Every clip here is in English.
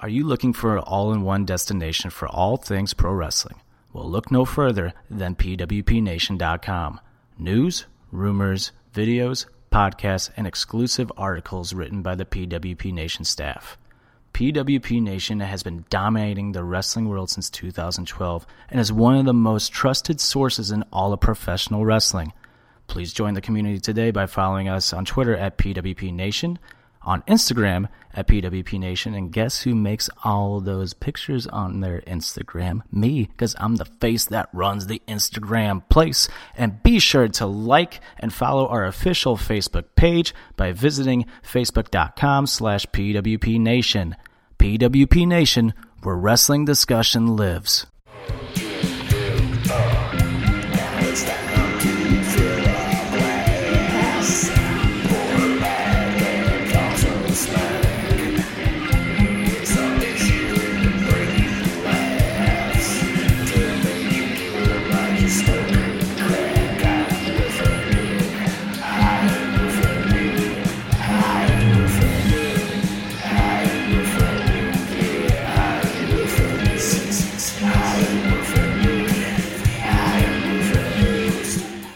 Are you looking for an all in one destination for all things pro wrestling? Well, look no further than PWPNation.com. News, rumors, videos, podcasts, and exclusive articles written by the PWP Nation staff. PWP Nation has been dominating the wrestling world since 2012 and is one of the most trusted sources in all of professional wrestling. Please join the community today by following us on Twitter at PWP Nation, on Instagram at PWP Nation, and guess who makes all those pictures on their Instagram? Me, because I'm the face that runs the Instagram place. And be sure to like and follow our official Facebook page by visiting facebook.com slash PWP Nation. PWP Nation, where wrestling discussion lives.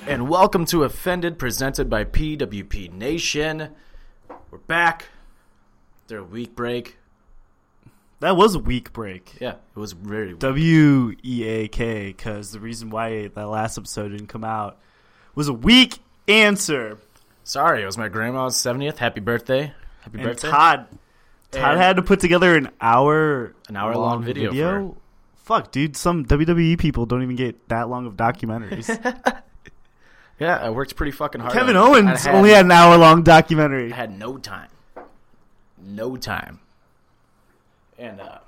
And welcome to Offended, presented by PWP Nation. We're back. After a week break. That was a week break. Yeah, it was very W E A K, because the reason why that last episode didn't come out was a weak answer. sorry. It was my grandma's seventieth. Happy birthday! Happy And birthday! Todd, Todd And- had to put together an hour, An hour-long video Fuck, dude, some WWE people don't even get that long of documentaries. Yeah, I worked pretty fucking hard. Kevin on it. Owens I had, only had an hour long documentary. I had no time. No time. And uh,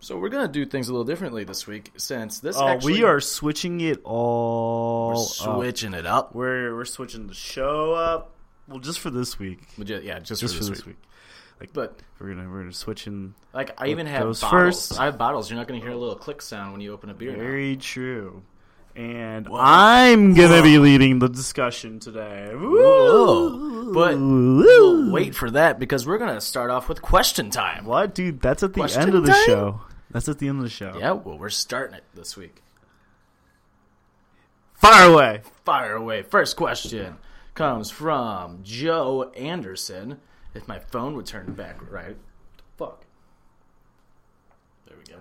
so we're gonna do things a little differently this week since this. Oh, actually, we are switching it all. we're up. switching it up. We're we're switching the show up. Well, just for this week. We ju- yeah, just, Just for this week. But We're gonna we're gonna switch in. like, I even have goes bottles. first? I have bottles. You're not gonna hear a little click sound when you open a beer. now. Very true. And I'm gonna be leading the discussion today. Woo! Whoa. But Woo! we'll wait for that because we're gonna start off with question time. What, dude? That's at the Question end of the time? show. That's at the end of the show. Yeah, well, we're starting it this week. Fire away. Fire away. First question comes from Joe Anderson. If my phone would turn back right, fuck. There we go.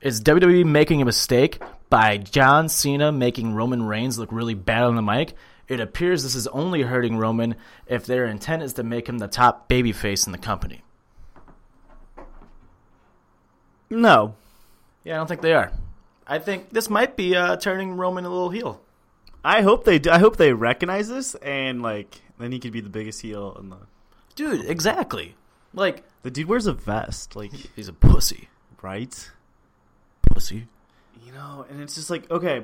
Is WWE making a mistake by John Cena making Roman Reigns look really bad on the mic? It appears this is only hurting Roman if their intent is to make him the top babyface in the company. No. Yeah, I don't think they are. I think this might be uh, turning Roman a little heel. I hope they do. I hope they recognize this and like then he could be the biggest heel in the. Dude, exactly. Like, The dude wears a vest, like he's a pussy. right. Pussy. You know, and it's just like okay,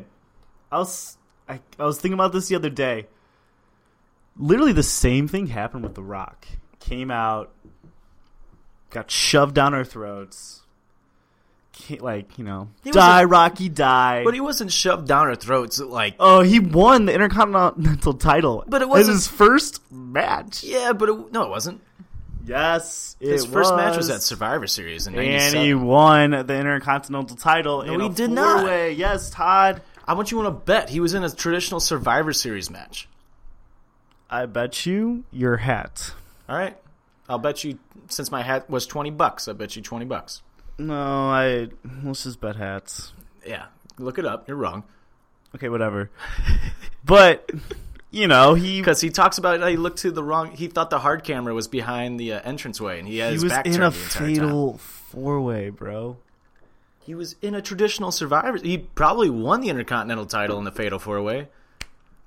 I was I, I was thinking about this the other day. Literally, the same thing happened with The Rock. Came out, got shoved down our throats. Can't, like you know, He was die a- Rocky, die. But he wasn't shoved down our throats like. oh, he won the Intercontinental title, But it as wasn't- his first match. Yeah, but it, no, it wasn't. Yes, it His first match was at Survivor Series in and '97. he won the Intercontinental title. No, in he a did not. four-way. Yes, Todd. I want you on a bet. He was in a traditional Survivor Series match. I bet you your hat. All right, I'll bet you. Since my hat was twenty bucks, I bet you twenty bucks. No, I let's just bet hats. Yeah, look it up. You're wrong Okay, whatever. but you know, he because he talks about how he looked to the wrong. He thought the hard camera was behind the uh, entranceway, and he had he his was back in turned a the entire time. fatal four way, bro. He was in a traditional Survivor. He probably won the Intercontinental title in the Fatal Four Way,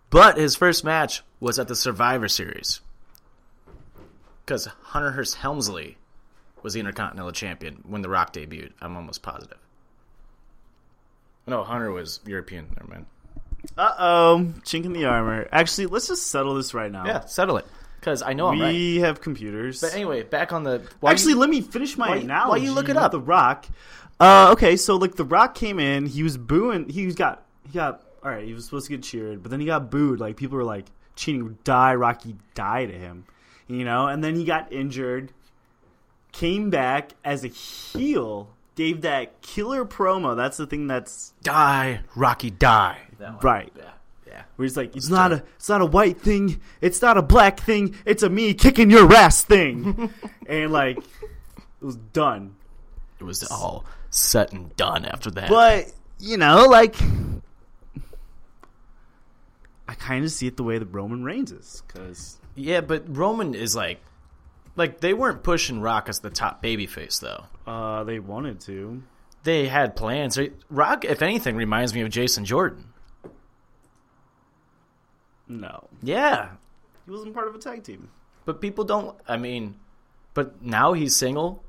but his first match was at the Survivor Series because Hunter Hearst Helmsley was the Intercontinental champion when The Rock debuted. I'm almost positive. No, Hunter was European. Never mind. Uh oh, chink in the armor. Actually, let's just settle this right now. Yeah, settle it because I know I'm right. we have computers. But anyway, back on the why Actually, you- let me finish my why- analogy. why you look it with up? The Rock. Uh, okay, so like The Rock came in, he was booing. He was got he got all right. He was supposed to get cheered, but then he got booed. Like people were like cheating, die Rocky, die to him, you know. And then he got injured, came back as a heel, gave that killer promo. That's the thing that's Die, Rocky, die. right. Yeah, yeah. Where he's like, it's not a, it's not a white thing, it's not a black thing, it's a me kicking your ass thing, and like, it was done. It was all set and done after that. But you know, like, I kind of see it the way that Roman Reigns is, because yeah, but Roman is like, like they weren't pushing Rock as the top babyface though. uh, they wanted to. They had plans. They- Rock, if anything, reminds me of Jason Jordan. No, Yeah, he wasn't part of a tag team. but people don't. I mean, but now he's single.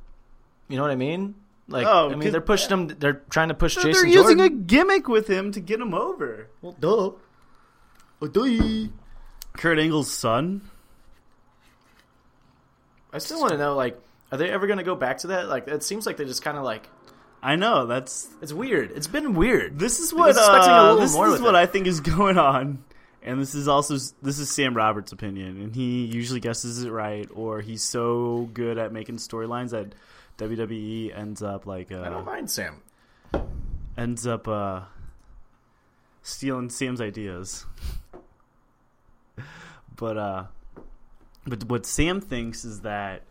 You know what I mean? Like, Oh, I mean, good- they're pushing him. They're trying to push Jason They're using Jordan. a gimmick with him to get him over. well, duh. Kurt Angle's son. I still want to know, like, are they ever going to go back to that? Like, it seems like they just kind of like I know that's it's weird. It's been weird. This is I what was expecting a uh, little this more is with what it. I think is going on, and this is also this is Sam Roberts' opinion, and he usually guesses it right, or he's so good at making storylines that WWE ends up like I don't uh, mind Sam. ends up uh, stealing Sam's ideas. but uh, but what Sam thinks is that.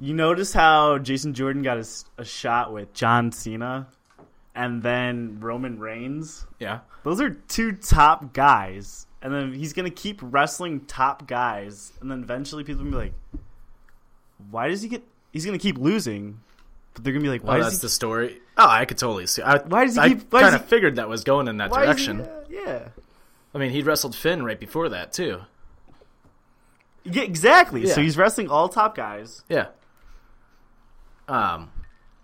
You notice how Jason Jordan got a s a a shot with John Cena, and then Roman Reigns. Yeah, Those are two top guys. And then he's going to keep wrestling top guys. And then eventually people will be like, why does he get. He's going to keep losing. But they're going to be like, why oh, does that's he. the story. Oh, I could totally see. I, Why does he I keep- why does kind of he- figured that was going in that why is he- direction. yeah. I mean, he wrestled Finn right before that too. Yeah, exactly. So Yeah. he's wrestling all top guys. Yeah. Um,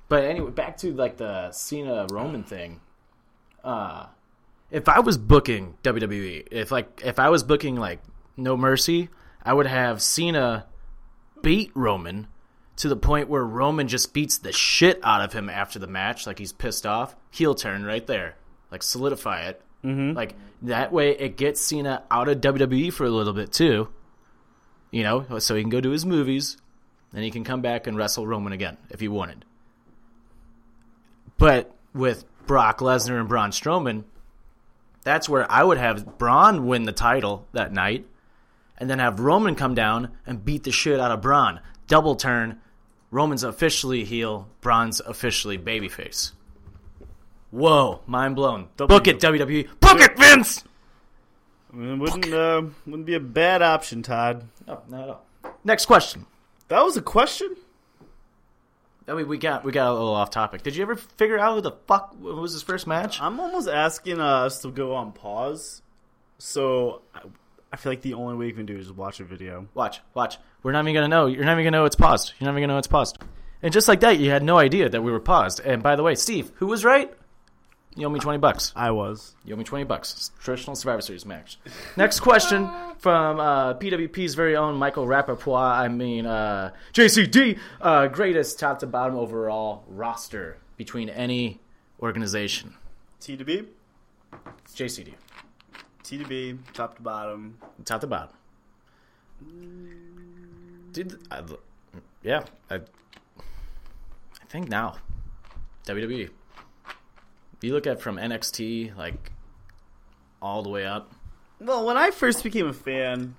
but anyway, back to like the Cena Roman thing. Uh, if I was booking WWE, if like if I was booking like No Mercy, I would have Cena beat Roman to the point where Roman just beats the shit out of him after the match, like he's pissed off. Heel turn right there, like solidify it. Mm-hmm. Like that way, it gets Cena out of WWE for a little bit too. You know, so he can go do his movies, and he can come back and wrestle Roman again if he wanted. But with Brock Lesnar and Braun Strowman, that's where I would have Braun win the title that night, and then have Roman come down and beat the shit out of Braun. Double turn. Roman's officially heel. Braun's officially babyface. Whoa, mind blown. Book it, WWE. Book it, Vince. I mean, wouldn't, uh, wouldn't be a bad option, Todd. No, not at all. Next question. That was a question? I mean, we got we got a little off topic. Did you ever figure out who the fuck was his first match? I'm almost asking uh, us to go on pause. So I, I feel like the only way you can do is watch a video. Watch, watch. We're not even gonna know. You're not even gonna know it's paused. You're not even gonna know it's paused. And just like that, you had no idea that we were paused. And by the way, Steve, who was right? You owe me twenty bucks. I was. You owe me twenty bucks. It's a traditional Survivor Series match. Next question from uh, PWP's very own Michael Rappaport. I mean, uh, JCD, uh, greatest top to bottom overall roster between any organization. T to B? JCD, T to B, top to bottom. top to bottom. Did I, yeah, I, I think now WWE. If you look at from NXT like all the way up. Well, when I first became a fan,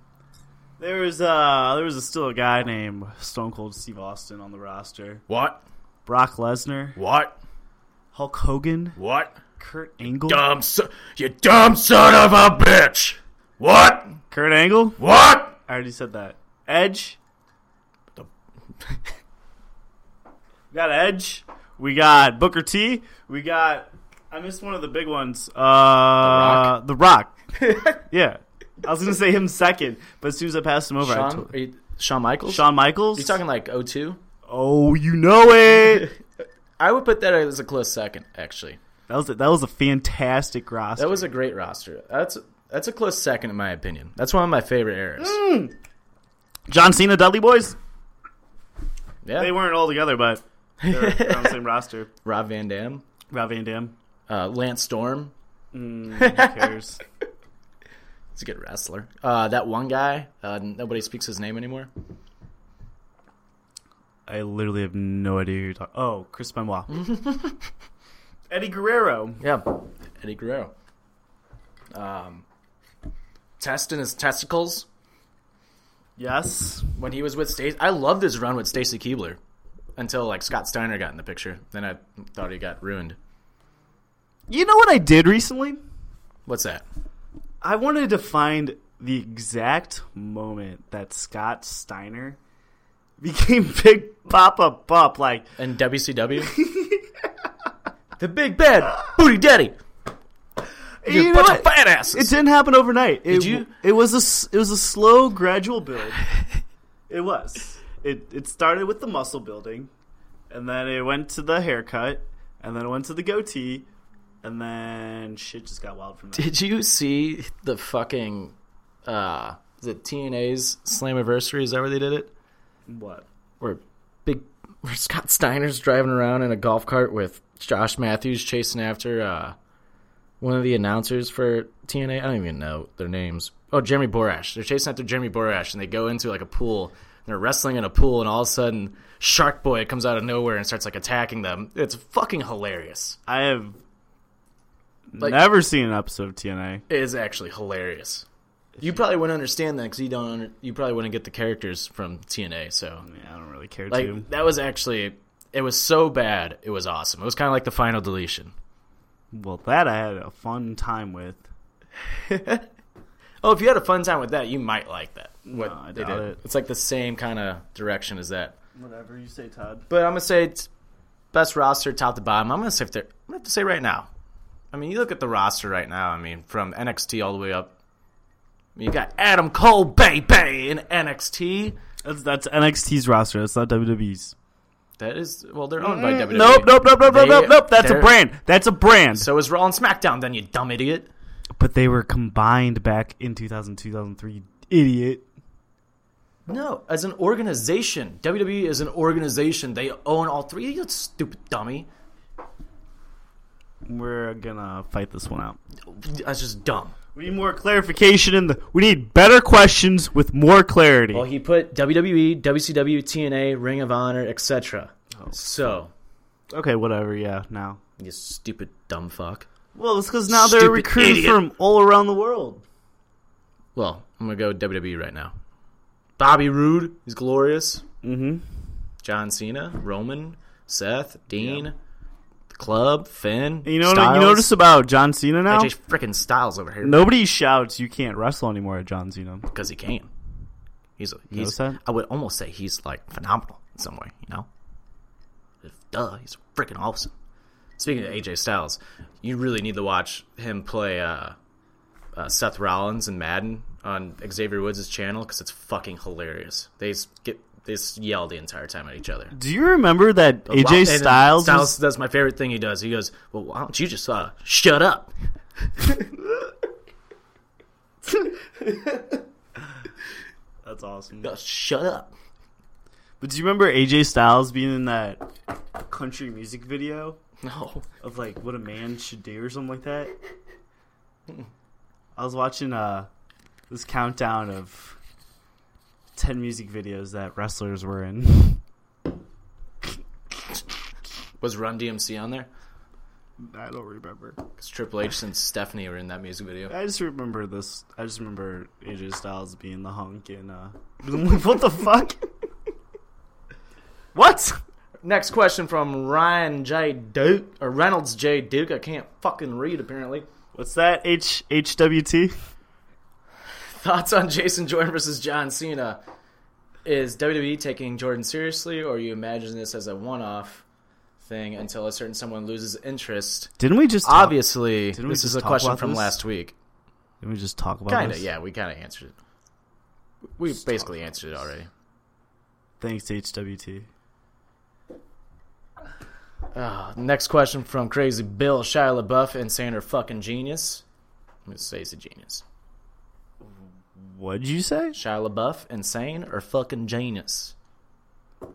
there was uh there was still a guy named Stone Cold Steve Austin on the roster. What? Brock Lesnar, What? Hulk Hogan, What? Kurt Angle. Dumb so- you dumb son of a bitch. What? Kurt Angle? What? I already said that. Edge. We got Edge. We got Booker T. We got I missed one of the big ones. Uh The Rock. yeah. I was gonna say him second, but as soon as I passed him over, I Shawn, told are you, Shawn Michaels? Shawn Michaels. you talking like 02? oh, you know it. I would put that as a close second, actually. That was a, that was a fantastic roster. That was a great roster. That's that's a close second in my opinion. That's one of my favorite eras. Mm. John Cena, Dudley Boys. yeah, They weren't all together, but they're they're on the same roster. Rob Van Dam, Rob Van Dam. uh, Lance Storm. Who cares? He's a good wrestler. Uh, that one guy, uh, nobody speaks his name anymore. I literally have no idea who you're talking. Oh, Chris Benoit, Eddie Guerrero. Yeah, Eddie Guerrero. Um, testing his testicles Yes, when he was with Stacy. I loved his run with Stacy Keebler until like Scott Steiner got in the picture. Then I thought he got ruined. you know what I did recently? What's that? I wanted to find the exact moment that Scott Steiner became Big Papa Pup. Like, And WCW. the big bad booty daddy. You, you know bunch what? of fat It asses. didn't happen overnight. It, Did you- It was a s- it was a slow, gradual build. it was. It it started with the muscle building, and then it went to the haircut, and then it went to the goatee, and then shit just got wild from there. Did you see the fucking uh the TNA's Slammiversary? Is that where they did it? what? Where big where Scott Steiner's driving around in a golf cart with Josh Matthews chasing after uh one of the announcers for TNA. I don't even know their names. Oh, Jeremy Borash. They're chasing after Jeremy Borash, and they go into like a pool. They're wrestling in a pool, and all of a sudden, Shark Boy comes out of nowhere and starts like attacking them. It's fucking hilarious. I have Like- never seen an episode of TNA. It is actually hilarious. You probably wouldn't understand that because you don't. Under, you probably wouldn't get the characters from TNA. So Yeah, I don't really care like to. that was actually it was so bad. It was awesome. It was kind of like the final deletion. Well, that I had a fun time with. Oh, if you had a fun time with that, you might like that. What No, I they doubt did. it. It's like the same kind of direction as that. Whatever you say, Todd. But I'm gonna say it's best roster top to bottom. I'm gonna say if they're, I'm gonna have to say right now. I mean, you look at the roster right now. I mean, from NXT all the way up. I mean, You got Adam Cole, baby, in NXT. That's that's NXT's roster. That's not WWE's. That is well, they're owned by WWE. Nope, nope, nope, nope, E. They- nope, nope, nope. That's a they're- brand. That's a brand. So is Raw and SmackDown then, you dumb idiot? But they were combined back in 2000, 2003. Idiot. No, as an organization, WWE is an organization. They own all three. You stupid dummy. We're gonna fight this one out. That's just dumb. We need more clarification in the. We need better questions with more clarity. Well, he put E, WWE, WCW, TNA, Ring of Honor, etc. So okay, whatever. Yeah, now. you stupid dumb fuck. Well, it's because now they're Stupid recruiting idiot. from all around the world. Well, I'm gonna go WWE E right now. Bobby Roode, he's glorious. Mm-hmm. John Cena, Roman, Seth, Dean, the Club, Finn. You know what Styles. you notice about John Cena now? AJ freaking Styles over here. Nobody shouts "You can't wrestle anymore" at John Cena. because he can. He's he's. that? I would almost say he's like phenomenal in some way. You know, if, duh, he's freaking awesome. Speaking of AJ Styles, you really need to watch him play uh, uh, Seth Rollins and Madden on Xavier Woods' channel because it's fucking hilarious. They s- get they s- yell the entire time at each other. Do you remember that Lo- and AJ then Styles? Styles was- does my favorite thing he does. He goes, "Well, why don't you just uh, shut up?" That's awesome. Uh, shut up. But do you remember AJ Styles being in that country music video? No. of like what a man should do or something like that. I was watching uh this countdown of ten music videos that wrestlers were in. Was Run DMC on there? I don't remember. Because Triple H and Stephanie were in that music video. I just remember this. I just remember AJ Styles being the hunk and uh, what the fuck? what? Next question from Ryan J. Duke or Reynolds J. Duke. I can't fucking read apparently. What's that? H H W T? Thoughts on Jason Jordan versus John Cena? Is WWE taking Jordan seriously, or you imagine this as a one-off thing until a certain someone loses interest? Didn't we just talk, Obviously, Didn't we this just is a talk question about from this? last week. Didn't we just talk about Kinda, this? yeah, we kind of answered it. We basically answered it already. Thanks H W T. Uh, next question from Crazy Bill, Shia LaBeouf, and Sandra fucking genius. I'm gonna say he's a genius. What'd you say? Shia LaBeouf, insane or fucking genius? I'm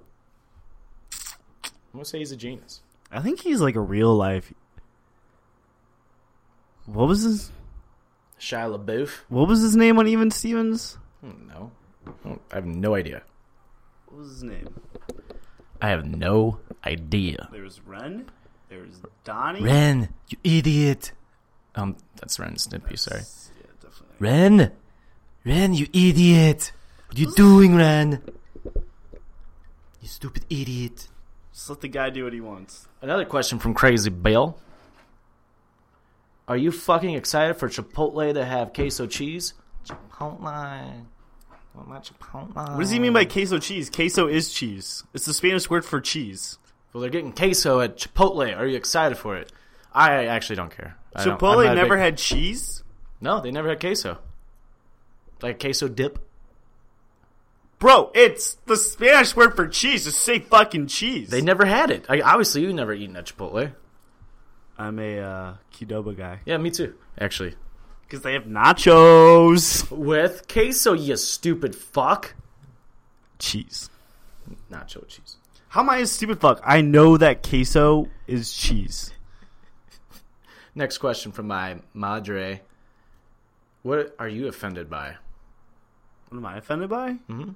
gonna say he's a genius. I think he's like a real life. What was his Shia LaBeouf? What was his name on Even Stevens? Hmm, No, I don't- I have no idea. What was his name? I have no idea. There was Ren. There was Donnie. Ren, you idiot. Um, that's Ren and Stimpy. Sorry, Yeah, definitely. Ren. Ren, you idiot. What are you doing, Ren? You stupid idiot. Just let the guy do what he wants. Another question from Crazy Bill. Are you fucking excited for Chipotle to have queso cheese? Chipotle. What my Chipotle? What does he mean Um, by queso cheese? Queso is cheese. It's the Spanish word for cheese. Well, they're getting queso at Chipotle. Are you excited for it? I actually don't care. I don't- I'm Chipotle not a never big- had cheese. No, they never had queso. Like a queso dip. Bro, it's the Spanish word for cheese. Just say fucking cheese. They never had it. I, obviously, you never eaten at Chipotle. I'm a uh, Qdoba guy Yeah, me too. Actually, because they have nachos, with queso, you stupid fuck. cheese. Nacho cheese. How am I a stupid fuck? I know that queso is cheese. Next question from my madre. What are you offended by? What am I offended by? Mm-hmm.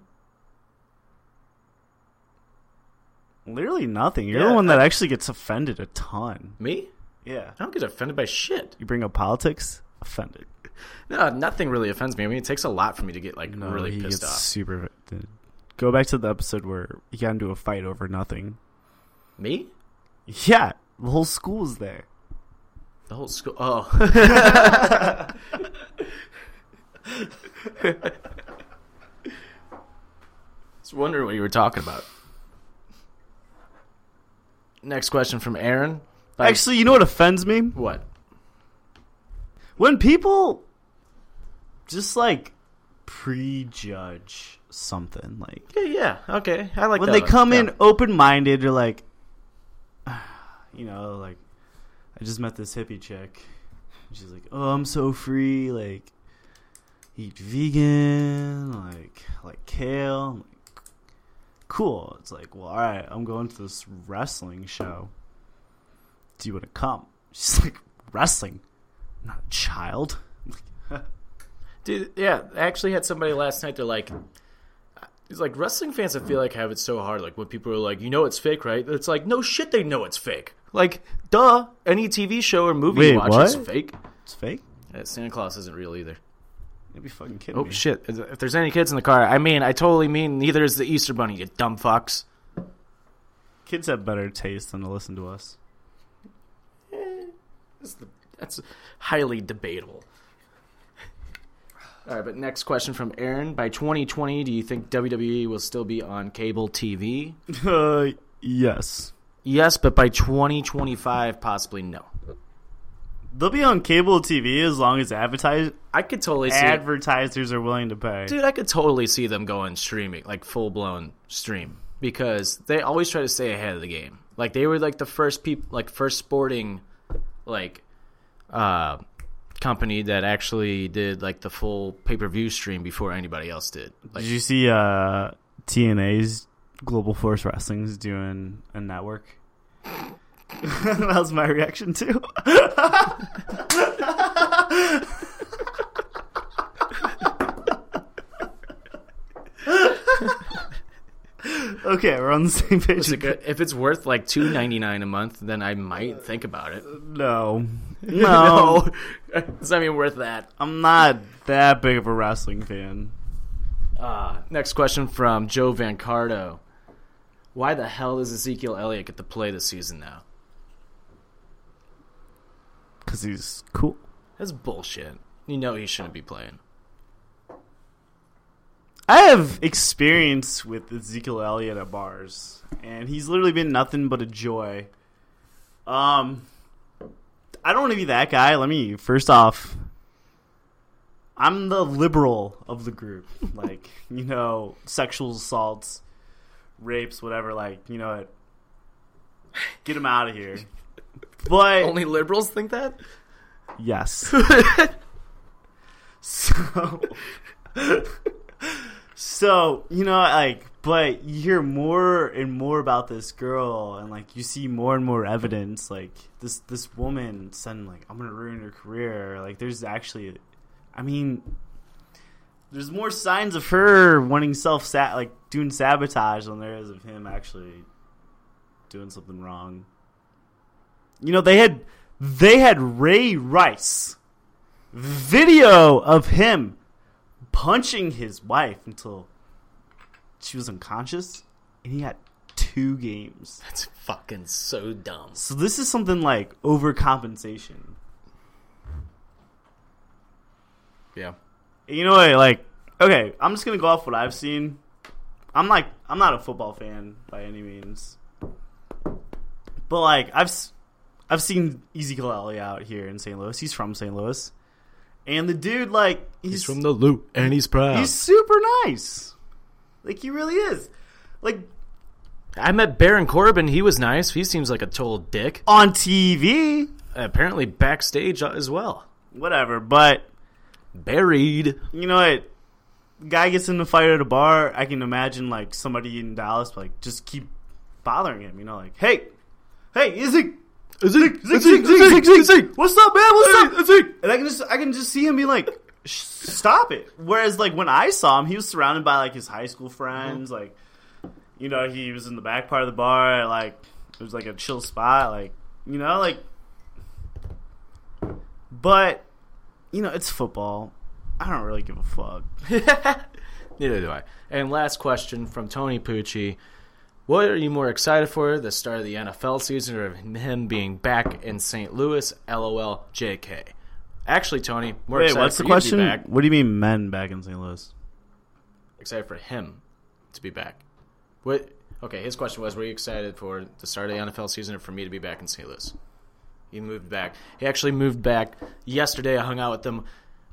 Literally nothing. You're Yeah, the one that actually gets offended a ton. Me? Yeah. I don't get offended by shit. You bring up politics, offended. No, nothing really offends me. I mean, it takes a lot for me to get like really he pissed gets off. super. Go back to the episode where he got into a fight over nothing. Me? Yeah, the whole school was there. The whole school. Oh. Just wondering what you were talking about. Next question from Aaron. Like, Actually, you know what offends me? what? When people just like prejudge something, like Yeah, yeah. Okay, I like when that they one. come Yeah. in open minded, they're like, "Ah, you know, like I just met this hippie chick. And she's like, oh, I'm so free. Like, eat vegan. Like, I like kale. I'm like, cool. It's like, well, all right, I'm going to this wrestling show. Do you want to come? She's like, wrestling. I'm not a child. Dude, yeah, I actually had somebody last night. They're like, it's like wrestling fans. I feel like have it so hard. Like when people are like, you know, it's fake, right? It's like, no shit, they know it's fake. Like, duh, any TV show or movie you Wait, watch what? is fake. It's fake. Yeah, Santa Claus isn't real either. You'd be fucking kidding Oh me. shit! If there's any kids in the car, I mean, I totally mean neither is the Easter Bunny. You dumb fucks. Kids have better taste than to listen to us. That's, the, that's highly debatable. All right, but next question from Aaron. By 2020, do you think WWE will still be on cable TV? Uh, yes. Yes, but by 2025, possibly no. They'll be on cable TV as long as advertise- I could totally see, advertisers are willing to pay. dude. I could totally see them going streaming, like full blown stream, because they always try to stay ahead of the game. Like they were like the first people, like first sporting, like, uh, company that actually did like the full pay per view stream before anybody else did. Like, Did you see uh, TNA's Global Force Wrestling's doing a network? that was my reaction too. okay, we're on the same page. It's like, uh, if it's worth like two ninety nine a month, then I might think about it. No. No. No, it's not even worth that. I'm not that big of a wrestling fan. Uh, next question from Joe Vancardo. Why the hell does Ezekiel Elliott get to play this season now? Because he's cool. That's bullshit. You know he shouldn't be playing. I have experience with Ezekiel Elliott at bars, and he's literally been nothing but a joy. Um, I don't want to be that guy. Let me first off, I'm the liberal of the group. Like you know, sexual assaults, rapes, whatever. Like you know what, get him out of here. But Only liberals think that? Yes. so, so you know, like, but you hear more and more about this girl, and like, you see more and more evidence. Like this, this woman saying, like, "I'm gonna ruin your career." Like, there's actually, I mean, there's more signs of her wanting self, like, doing sabotage than there is of him actually doing something wrong. You know, they had they had Ray Rice video of him punching his wife until she was unconscious, and he got two games. That's fucking so dumb. So this is something like overcompensation. Yeah. You know what? Like, okay, I'm just gonna go off what I've seen. I'm like, I'm not a football fan by any means, but like, I've s- I've seen Ezekiel Elliott out here in St. Louis. He's from St. Louis, and the dude, like, he's, He's, from the loop and he's proud. he's super nice. Like, he really is. Like I met Baron Corbin. He was nice. He seems like a total dick. on TV, Apparently backstage as well. whatever. But Buried. you know what? Guy gets in a fight at a bar. I can imagine like somebody in Dallas like just keep bothering him. You know, like hey, hey, Izzy, Zeke, Zeke, Zeke, Zeke, Zeke, Zeke, what's up, man? What's up? And I can just I can just see him be like, "Sh- stop it. Whereas like when I saw him, he was surrounded by like his high school friends. Uh-huh. Like, you know, he was in the back part of the bar. Like it was like a chill spot. Like you know, like. But, you know, it's football. I don't really give a fuck. Neither do I. And last question from Tony Pucci. What are you more excited for, the start of the NFL season or him being back in St. Louis? LOL, JK. Actually, Tony, more Wait, excited what's for the you to question? be back. What do you mean men back in St. Louis? Excited for him to be back. What? Okay, his question was, were you excited for the start of the NFL season or for me to be back in St. Louis? He moved back. He actually moved back yesterday. I hung out with them.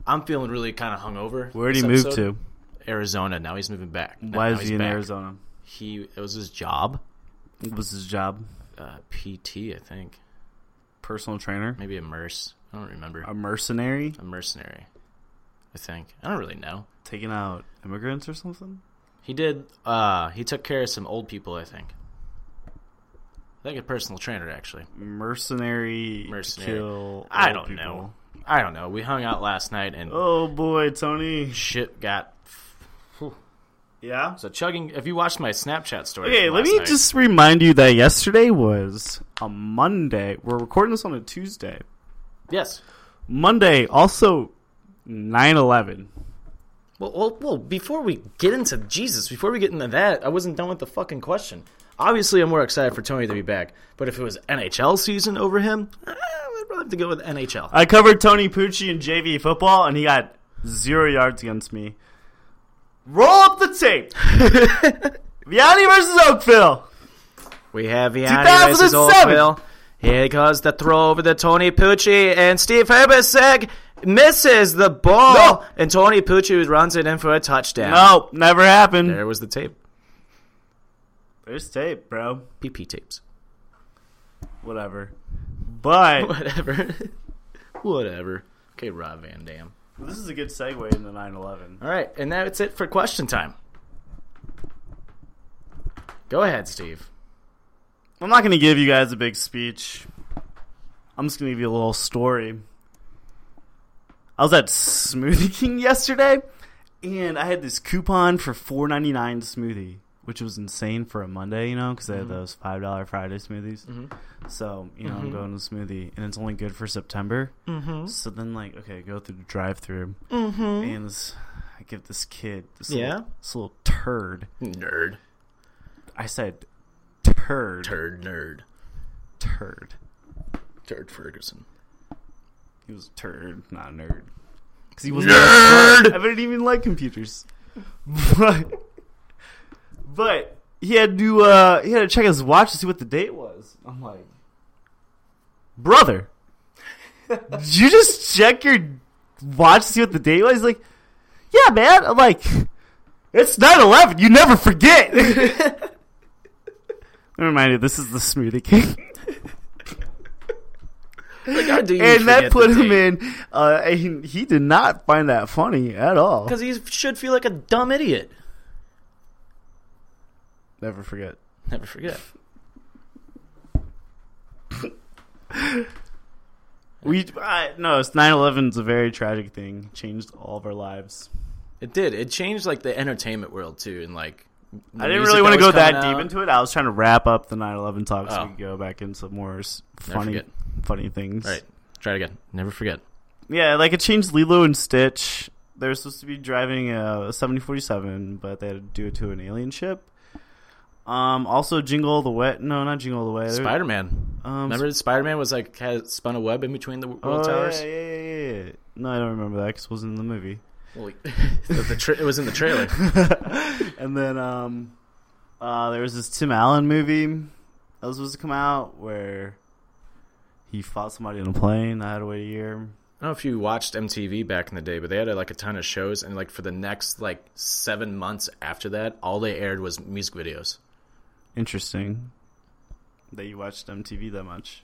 I'm feeling really kind of hungover. Where this did he move episode. to? Arizona. Now he's moving back. Why Now is he's he in back. Arizona? He it was his job. What was his job? Uh, PT, I think. Personal trainer? Maybe a merc. I don't remember. A mercenary? A mercenary. I think. I don't really know. Taking out immigrants or something? He did. Uh, he took care of some old people. I think. I think a personal trainer actually. Mercenary, to Mercenary. kill I old don't people. know. I don't know. We hung out last night and Oh boy, Tony. shit got. Yeah. So chugging. If you watched my Snapchat story. Okay, from let last me night- just remind you that yesterday was a Monday. We're recording this on a Tuesday. Yes. Monday also 9/11. Well, well, well, before we get into Jesus, before we get into that, I wasn't done with the fucking question. Obviously, I'm more excited for Tony to be back, but if it was NHL season over him, eh, I'd probably have to go with NHL. I covered Tony Pucci in JV football, and he got zero yards against me. Roll up the tape. Vianney versus Oakville. We have Vianney versus 2007. Oakville. Here goes the throw over to Tony Pucci, and Steve Herbisek misses the ball, No. and Tony Pucci runs it in for a touchdown. No, never happened. There was the tape. There's tape, bro. PP tapes. Whatever. But Whatever. Whatever. Okay, Rob Van Dam. this is a good segue into 9/11. All right, and that's it for question time. Go ahead, Steve. I'm not going to give you guys a big speech. I'm just going to give you a little story. I was at Smoothie King yesterday, and I had this coupon for $4.99 smoothie, which was insane for a Monday, you know, because they had those five dollar Friday smoothies. So you know, I'm going to smoothie, and it's only good for September. Mm-hmm. So then, like, okay, go through the drive through, mm-hmm. and this, I give this kid this Yeah? little, this little turd. Nerd, I said turd, turd, nerd, turd. turd Ferguson. He was a turd, not a nerd. Because he was Nerd! I didn't even like computers. But, but he had to uh, he had to check his watch to see what the date was. I'm like, brother, did you just check your watch to see what the date was? He's like, yeah, man. I'm like, it's 9/11. You never forget. Never mind. you, This is the smoothie king Like, how do you and forget that put the him date? in. Uh, and he did not find that funny at all. because he should feel like a dumb idiot. Never forget. Never forget. We I, no, it's 9/11's a very tragic thing. Changed all of our lives. It did. It changed like the entertainment world too, and like I didn't really want to go that out. deep into it. I was trying to wrap up the 9/11 talk so Oh. we could go back into more s- Never funny, forget. funny things. All right, try it again. Never forget. Yeah, like it changed Lilo and Stitch. They were supposed to be driving a 7047, but they had to do it to an alien ship. Um, also Jingle All the Way. No, not Jingle All the Way. There- Spider Man. Um, Remember, Spider Man was like had spun a web in between the Oh, world towers. yeah, yeah, yeah, yeah, yeah. No, I don't remember that because it wasn't in the movie. Well, the, the tra- it was in the trailer. and then um, uh, there was this Tim Allen movie that was supposed to come out where he fought somebody in a plane. I had to wait a year. I don't know if you watched MTV back in the day, but they had uh, like a ton of shows, and like for the next like seven months after that, all they aired was music videos. Interesting that you watched MTV that much.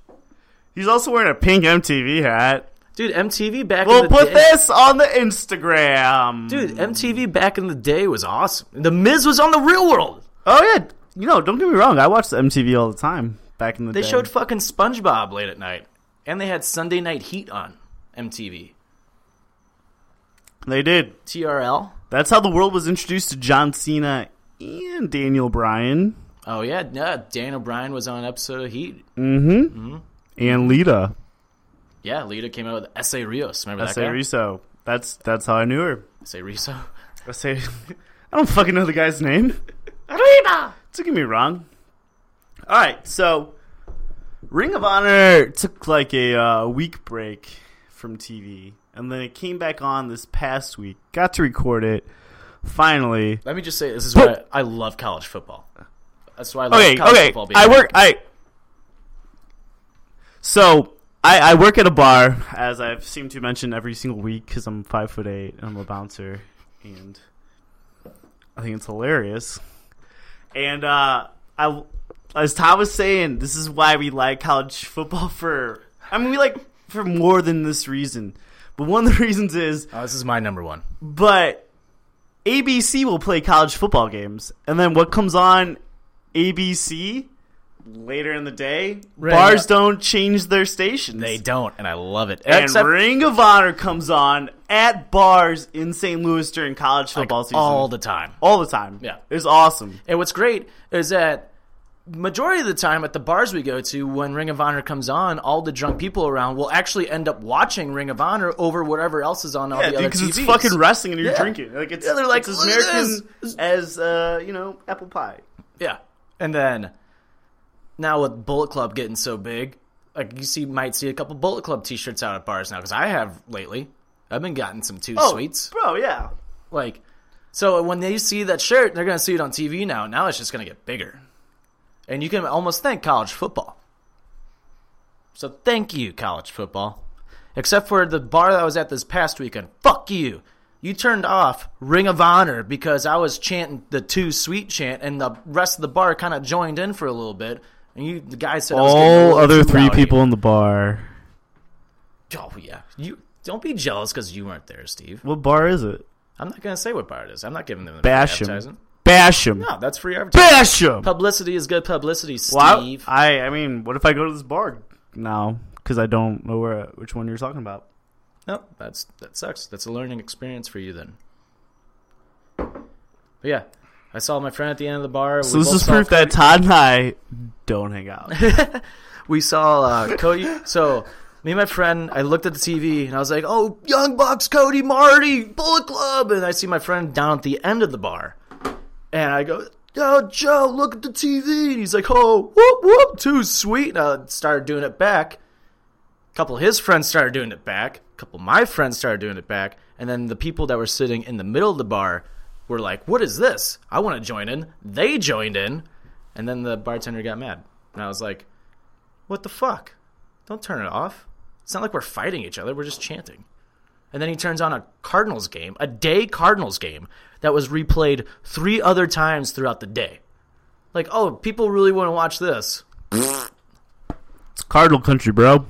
He's also wearing a pink MTV hat. Dude, MTV back We'll in the put day, this on the Instagram. Dude, MTV back in the day was awesome. The Miz was on the Real World. Oh, yeah. You know, don't get me wrong. I watched MTV all the time back in the They day. showed fucking SpongeBob late at night, and they had Sunday Night Heat on MTV. They did. TRL. That's how the world was introduced to John Cena and Daniel Bryan. Oh yeah, no, Dan O'Brien was on an episode of Heat. Mm-hmm. Mm-hmm. and Lita Yeah, Lita came out with Essay Rios. Remember that Say guy? Riso. That's that's how I knew her. Essay Riso. I say I don't fucking know the guy's name. Arriba! Don't get me wrong. All right, so Ring of Honor took like a uh, week break from TV, and then it came back on this past week. Got to record it finally. Let me just say this is why I, I love college football. That's why I love okay, college okay. football. Being I work. I so I, I work at a bar, as I've seemed to mention every single week, because I'm five foot eight and I'm a bouncer, and I think it's hilarious. And uh, I, as Tom was saying, this is why we like college football for. I mean, we like for more than this reason, but one of the reasons is Oh, this is my number one. but ABC will play college football games, and then what comes on ABC later in the day? Right. Bars don't change their stations. They don't, and I love it. And Except Ring of Honor comes on at bars in St. Louis during college like, football season all the time. All the time. Yeah. it's awesome. And what's great is that majority of the time at the bars we go to, when Ring of Honor comes on, all the drunk people around will actually end up watching Ring of Honor over whatever else is on all Yeah, the other because TVs. it's fucking wrestling and you're Yeah. drinking. Like it's Yeah, they're like, it's as "Look at American as uh, you know apple pie. Yeah. And then now with Bullet Club getting so big, like you see, might see a couple Bullet Club T-shirts out at bars now because I have lately. I've been gotten some two Oh, Oh, sweets. bro. Yeah, Like, so when they see that shirt, they're gonna see it on TV now. Now it's just gonna get bigger, and you can almost thank college football. So thank you, college football. Except for the bar that I was at this past weekend. Fuck you. You turned off Ring of Honor because I was chanting the two sweet chant, and the rest of the bar kind of joined in for a little bit. And you, the guy said, I was getting a all little other too three rowdy. people in the bar. Oh yeah, you don't be jealous because you weren't there, Steve. What bar is it? I'm not gonna say what bar it is. I'm not giving them the Bash 'em. advertising. Bash him. No, Oh, that's free advertising. Bash him. Publicity is good publicity, Steve. Well, I, I I mean, what if I go to this bar now? Because I don't know where which one you're talking about. no, Oh, that's that sucks. That's a learning experience for you then. But yeah, I saw my friend at the end of the bar. So this is proof that Todd and I don't hang out. we saw uh, Cody. So me and my friend, I looked at the TV and I was like, "Oh, Young Bucks, Cody, Marty, Bullet Club," and I see my friend down at the end of the bar, and I go. Oh, Joe, look at the TV. And he's like, oh, whoop, whoop, too sweet. And I started doing it back. A couple of his friends started doing it back. A couple of my friends started doing it back. And then the people that were sitting in the middle of the bar were like, what is this? I want to join in. They joined in. And then the bartender got mad. And I was like, what the fuck? Don't turn it off. It's not like we're fighting each other, we're just chanting. And then he turns on a Cardinals game, a day Cardinals game that was replayed three other times throughout the day. Like, oh, people really want to watch this. It's Cardinal country, bro.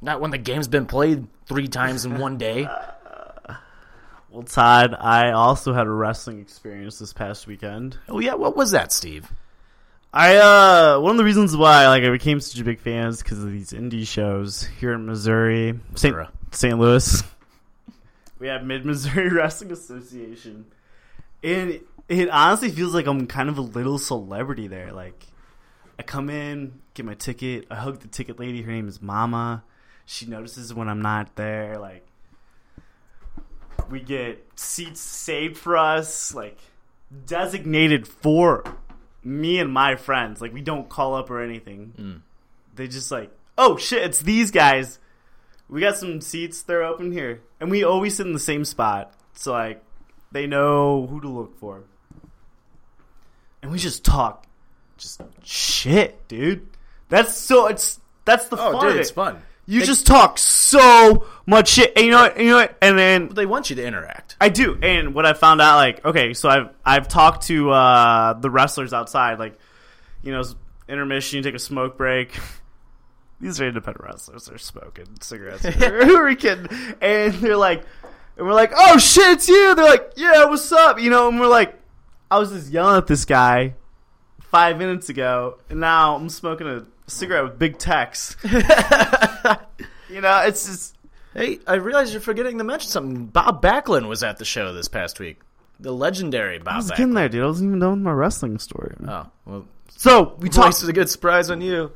Not when the game's been played three times in one day. Well, Todd, I also had a wrestling experience this past weekend. Oh, yeah, what was that, Steve? I uh one of the reasons why like I became such a big fan is because of these indie shows here in Missouri, St. Missouri. St. Louis. We have Mid Missouri Wrestling Association, And it, it honestly feels like I'm kind of a little celebrity there. Like, I come in, get my ticket. I hug the ticket lady. Her name is Mama. She notices when I'm not there. Like, we get seats saved for us. Like, designated for me and my friends. Like, we don't call up or anything. Mm. They just like, oh shit, it's these guys. We got some seats. They're open here, and we always sit in the same spot. So like, they know who to look for. And we just talk, just shit, dude. That's so it's that's the Oh, fun. dude, of it's it. fun. You They- just talk so much shit, and you know what? You know what? And then They want you to interact. I do, and what I found out, like, okay, so I've I've talked to uh, the wrestlers outside, like, you know, s- intermission, you take a smoke break. These are independent wrestlers; they're smoking cigarettes, who are we kidding? And they're like, and we're like, oh shit, it's you. They're like, yeah, what's up? You know, and we're like, I was just yelling at this guy five minutes ago, and now I'm smoking a cigarette with big text. you know, it's just Hey, I realize you're forgetting to mention something. Bob Backlund was at the show this past week. The legendary Bob I was Backlund. getting there, dude. I wasn't even done with my wrestling story. Oh, well, So we twice talked. is a good surprise on you.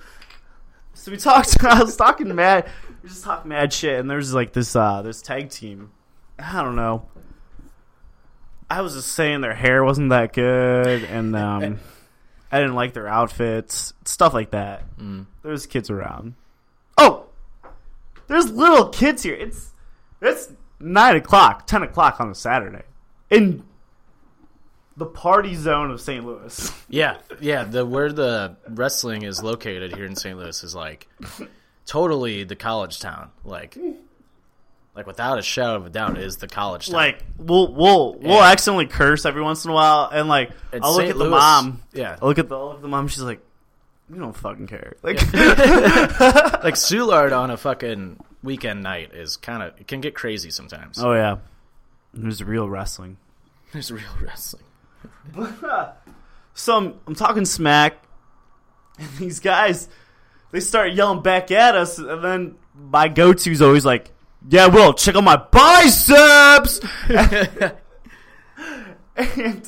So we talked. I was talking mad. We just talking mad shit, and there's like this uh this tag team. I don't know. I was just saying their hair wasn't that good, and um, I didn't like their outfits, stuff like that. Mm. There's kids around. Oh, there's little kids here. It's it's nine o'clock, ten o'clock on a Saturday, in the party zone of St. Louis. Yeah, yeah. The where the wrestling is located here in St. Louis is like totally the college town. Like, like without a shadow of a doubt, it is the college town. like we'll we'll we'll Yeah. accidentally curse every once in a while, and like And I'll look St. at the Louis- mom. Yeah, I look at the I'll look at the mom. She's like, "You don't fucking care." Like, like Soulard on a fucking weekend night is kind of it can get crazy sometimes. oh yeah, there's real wrestling. There's real wrestling. So I'm, I'm talking smack, and these guys they start yelling back at us, and then my go-to is always like, "Yeah, Will, check out my biceps." and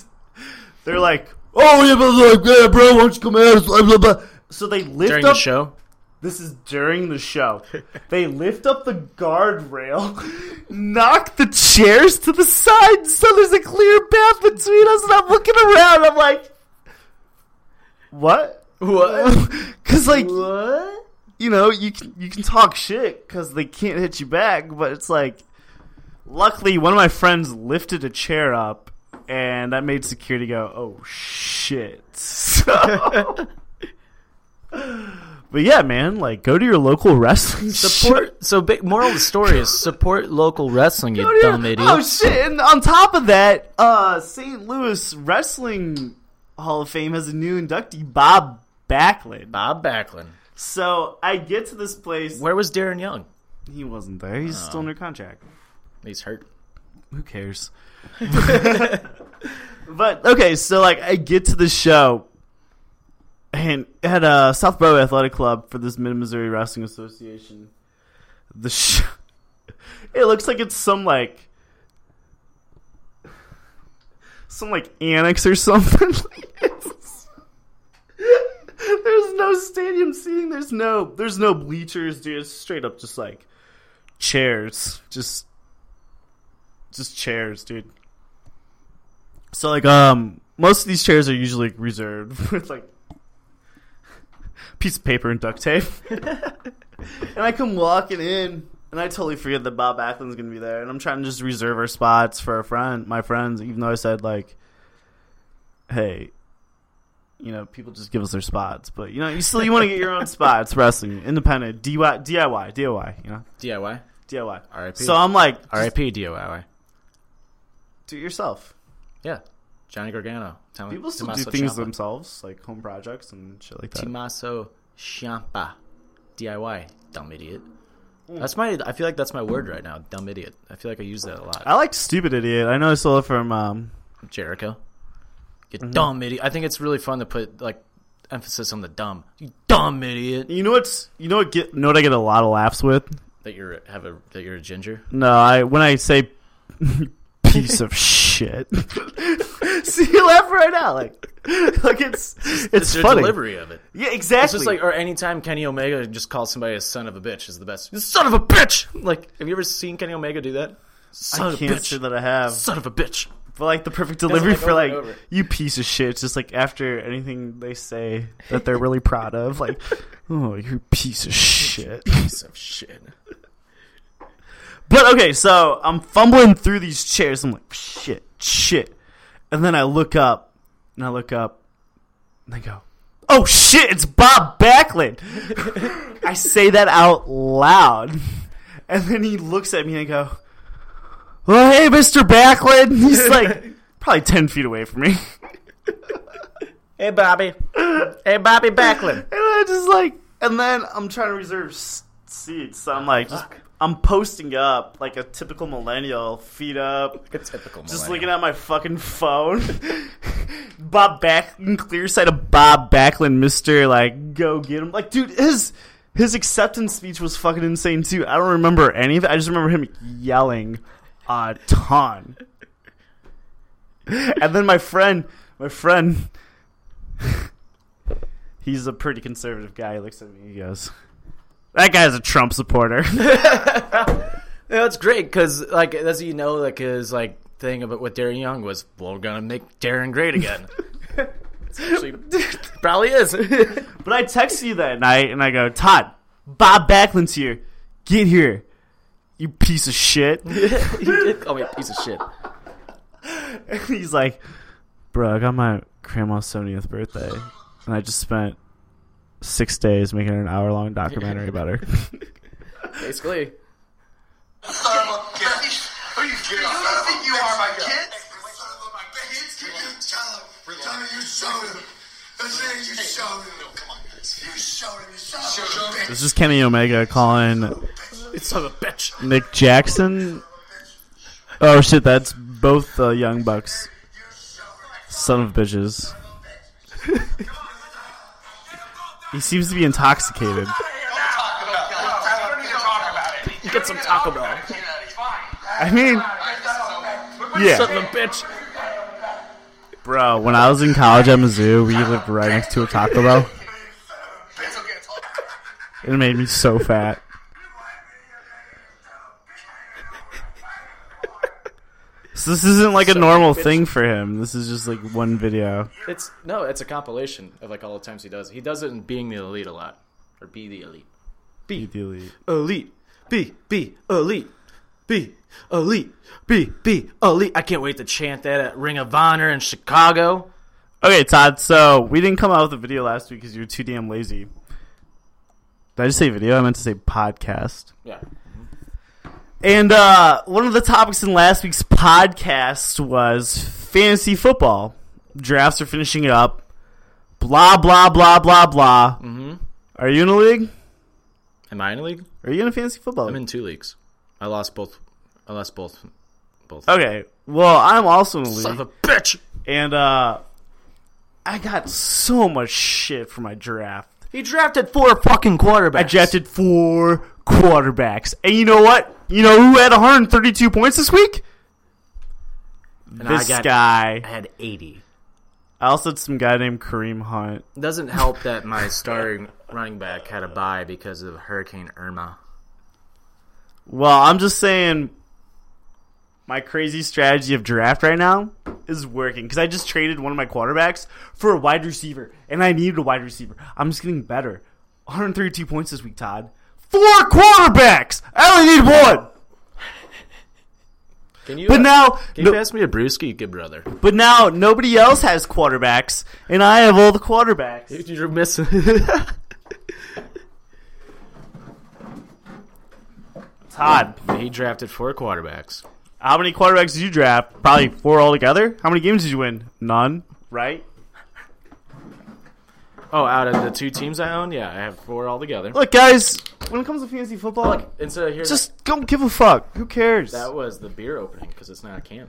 they're like, "Oh yeah, blah, blah, yeah, bro, why don't you come at us?" Blah, blah, blah. So they lift During up the show, This is during the show. They lift up the guardrail, knock the chairs to the side, so there's a clear path between us, and I'm looking around. I'm like, what? What? Because like, What? you know, you can you can talk shit because they can't hit you back, but it's like, luckily, one of my friends lifted a chair up, and that made security go, "Oh shit!" So- but yeah, man, like, go to your local wrestling. shop. Support. So, big, moral of the story is support local wrestling, you Go to your- dumb Oh idiots. shit! And on top of that, uh, St. Louis Wrestling Hall of Fame has a new inductee, Bob Backlund. Bob Backlund. So I get to this place. Where was Darren Young? He wasn't there. He's still under contract. He's hurt. who cares? but okay, so like I get to the show and at uh, South Broadway Athletic Club for this Mid Missouri Wrestling Association. The sh- it looks like it's some like some like annex or something. It's- there's no stadium seating. There's no there's no bleachers, dude. It's straight up just like chairs, just just chairs, dude. So like um most of these chairs are usually reserved with like piece of paper and duct tape. and I come walking in and I totally forget that Bob Backlund's gonna be there and I'm trying to just reserve our spots for our friend my friends, even though I said like hey you know, people just give us their spots, but you know, you still you want to get your own spot. It's wrestling, independent, DIY, DIY, DIY, you know, DIY. DIY. R.I.P. So I'm like, just R.I.P. DIY. do it yourself. Yeah. Johnny Gargano. Tommy, People still do Tommaso things Ciampa. themselves, like home projects and shit like that. Tommaso Ciampa. DIY. Dumb idiot. Hmm. That's my. I feel like that's my word right now. Dumb idiot. I feel like I use that a lot. I like Stupid Idiot. I know I stole it from. Um, Jericho. You Mm-hmm. dumb idiot. I think it's really fun to put like emphasis on the dumb. You dumb idiot. you know what's you know what get know what I get a lot of laughs with. That you're have a that you're a ginger. No, I when I say piece of shit. See, you laugh right now. Like, like it's it's, It's your funny. delivery of it. Yeah, exactly. It's just like, or anytime Kenny Omega just calls somebody a son of a bitch is the best. Son of a bitch! Like, have you ever seen Kenny Omega do that? Son I of a can't bitch! say that I have. Son of a bitch! But like the perfect delivery like, for over and like over. you piece of shit. It's just like after anything they say that they're really proud of, like, oh, you piece of shit. Piece of shit. But okay, so I'm fumbling through these chairs. I'm like, shit, shit. And then I look up, and I look up, and I go, oh shit, it's Bob Backlund. I say that out loud. And then he looks at me and I go, well, hey, Mr. Backlund. He's like, probably 10 feet away from me. And Hey, Bobby. hey, Bobby Backlund. I just like, and then I'm trying to reserve s- seats. So I'm like, just, I'm posting up like a typical millennial, feet up. A typical Just looking at my fucking phone. Bob Back clear sight of Bob Backlund, Mister. Like, go get him. Like, dude, his his acceptance speech was fucking insane too. I don't remember any of it. I just remember him yelling a ton. and then my friend, my friend, he's a pretty conservative guy. He looks at me. He goes, "That guy's a Trump supporter." Yeah, that's great because, like, as you know, like his like thing about what Darren Young was, we're gonna make Darren great again. It's actually probably is. But I text you that night and I go, Todd, Bob Backlund's here. Get here, you piece of shit. you did call me a piece of shit. And he's like, Bro, I got my grandma's 70th birthday and I just spent six days making an hour long documentary about her. Basically, Son of a bitch. Who you think you are, my kids? Son of a bitch. Can you tell him? Tell him you showed him. That's it, you showed him. No, come on, guys. You showed him. You showed him. This is Kenny Omega calling it's son of a bitch. Nick Jackson. Oh shit, that's both the Young Bucks. Son of bitches. he seems to be intoxicated. Get some Taco Bell. I mean, Son yeah. of a bitch. Bro, when I was in college at Mizzou, we lived right next to a Taco Bell. It made me so fat. So this isn't like a normal thing for him. This is just like one video. It's no, it's a compilation of like all the times he does. it. He does it in being the elite a lot, or be the elite. You delete. elite, B, B, elite, B, elite, B, B, elite. I can't wait to chant that at Ring of Honor in Chicago. Okay, Todd. So we didn't come out with a video last week because you were too damn lazy. Did I just say video? I meant to say podcast. Yeah. And uh, one of the topics in last week's podcast was fantasy football. Drafts are finishing up. Blah blah blah blah blah. Mm-hmm. Are you in a league? Am I in a league? Are you in a fantasy football? I'm league? in two leagues. I lost both. I lost both. Both. okay. Well, I'm also in a league, Son of a bitch. and uh, I got so much shit for my draft. He drafted four fucking quarterbacks. I drafted four quarterbacks, and you know what? You know who had 132 points this week? And This I got, guy. I had eighty. I also had some guy named Kareem Hunt. Doesn't help that my starting running back had a bye because of Hurricane Irma. Well, I'm just saying my crazy strategy of draft right now is working because I just traded one of my quarterbacks for a wide receiver, and I needed a wide receiver. I'm just getting better. 132 points this week, Todd. Four quarterbacks. I only need one. Can you? uh, But now, can you no- pass me a brewski, good brother? but now nobody else has quarterbacks, and I have all the quarterbacks. You're missing. Todd, he drafted four quarterbacks. how many quarterbacks did you draft? Probably four altogether. How many games did you win? None. Right. Oh, out of the two teams I own, yeah, I have four altogether. Look, guys, when it comes to fantasy football, like and so here's Just don't give a fuck. Who cares? that was the beer opening because it's not a can.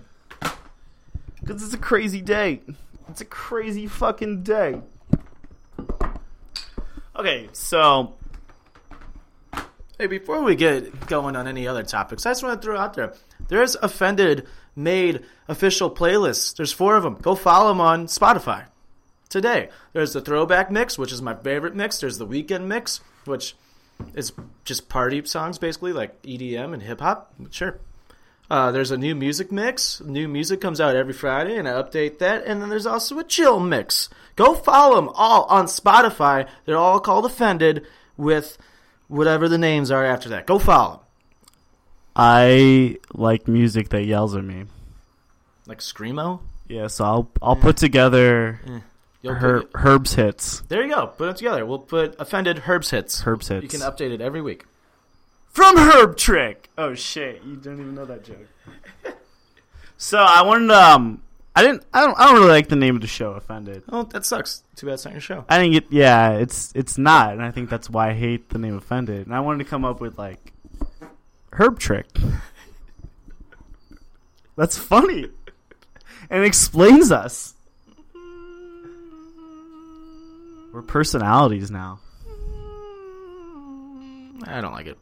Because it's a crazy day. It's a crazy fucking day. Okay, so Hey, before we get going on any other topics, I just want to throw out there: There's offended made official playlists. There's four of them. Go follow them on Spotify today. There's the throwback mix, which is my favorite mix. There's the weekend mix, which is just party songs basically, like EDM and hip hop. Sure. Uh, there's a new music mix. New music comes out every Friday, and I update that. And then there's also a chill mix. Go follow them all on Spotify. They're all called Offended with whatever the names are after that. Go follow 'em. I like music that yells at me. Like Screamo? Yeah, so I'll I'll put together Mm. You'll her, put it- Herb's hits. there you go. Put it together. We'll put Offended Herbs Hits. Herb's hits. You can update it every week. From Herb Trick. Oh shit, you don't even know that joke. so I wanted um I didn't I don't I don't really like the name of the show, offended. Oh, that sucks. Too bad it's not your show. I didn't get yeah, it's it's not, and I think that's why I hate the name offended. And I wanted to come up with like Herb Trick. that's funny. And it explains us. We're personalities now. I don't like it.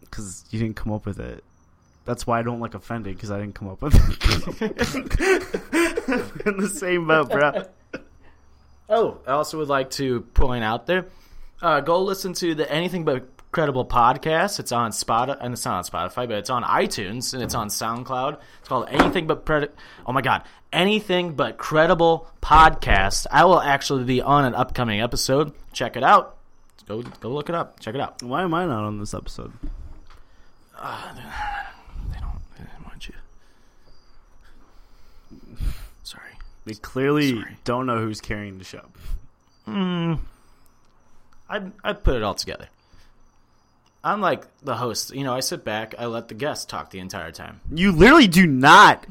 because you didn't come up with it. That's why I don't like offended because I didn't come up with it. We're in the same boat, bro. Oh, I also would like to point out there. Uh, go listen to the Anything But Credible podcast. It's on Spotify, and it's not on Spotify, but it's on iTunes and it's on SoundCloud. It's called Anything But Pred. Oh my God, Anything But Credible podcast. I will actually be on an upcoming episode. Check it out. Go go look it up. Check it out. Why am I not on this episode? They don't, they didn't want you. Sorry. They clearly Sorry. don't know who's carrying the show. I I put it all together. I'm like the host, you know. I sit back, I let the guest talk the entire time. You literally do not.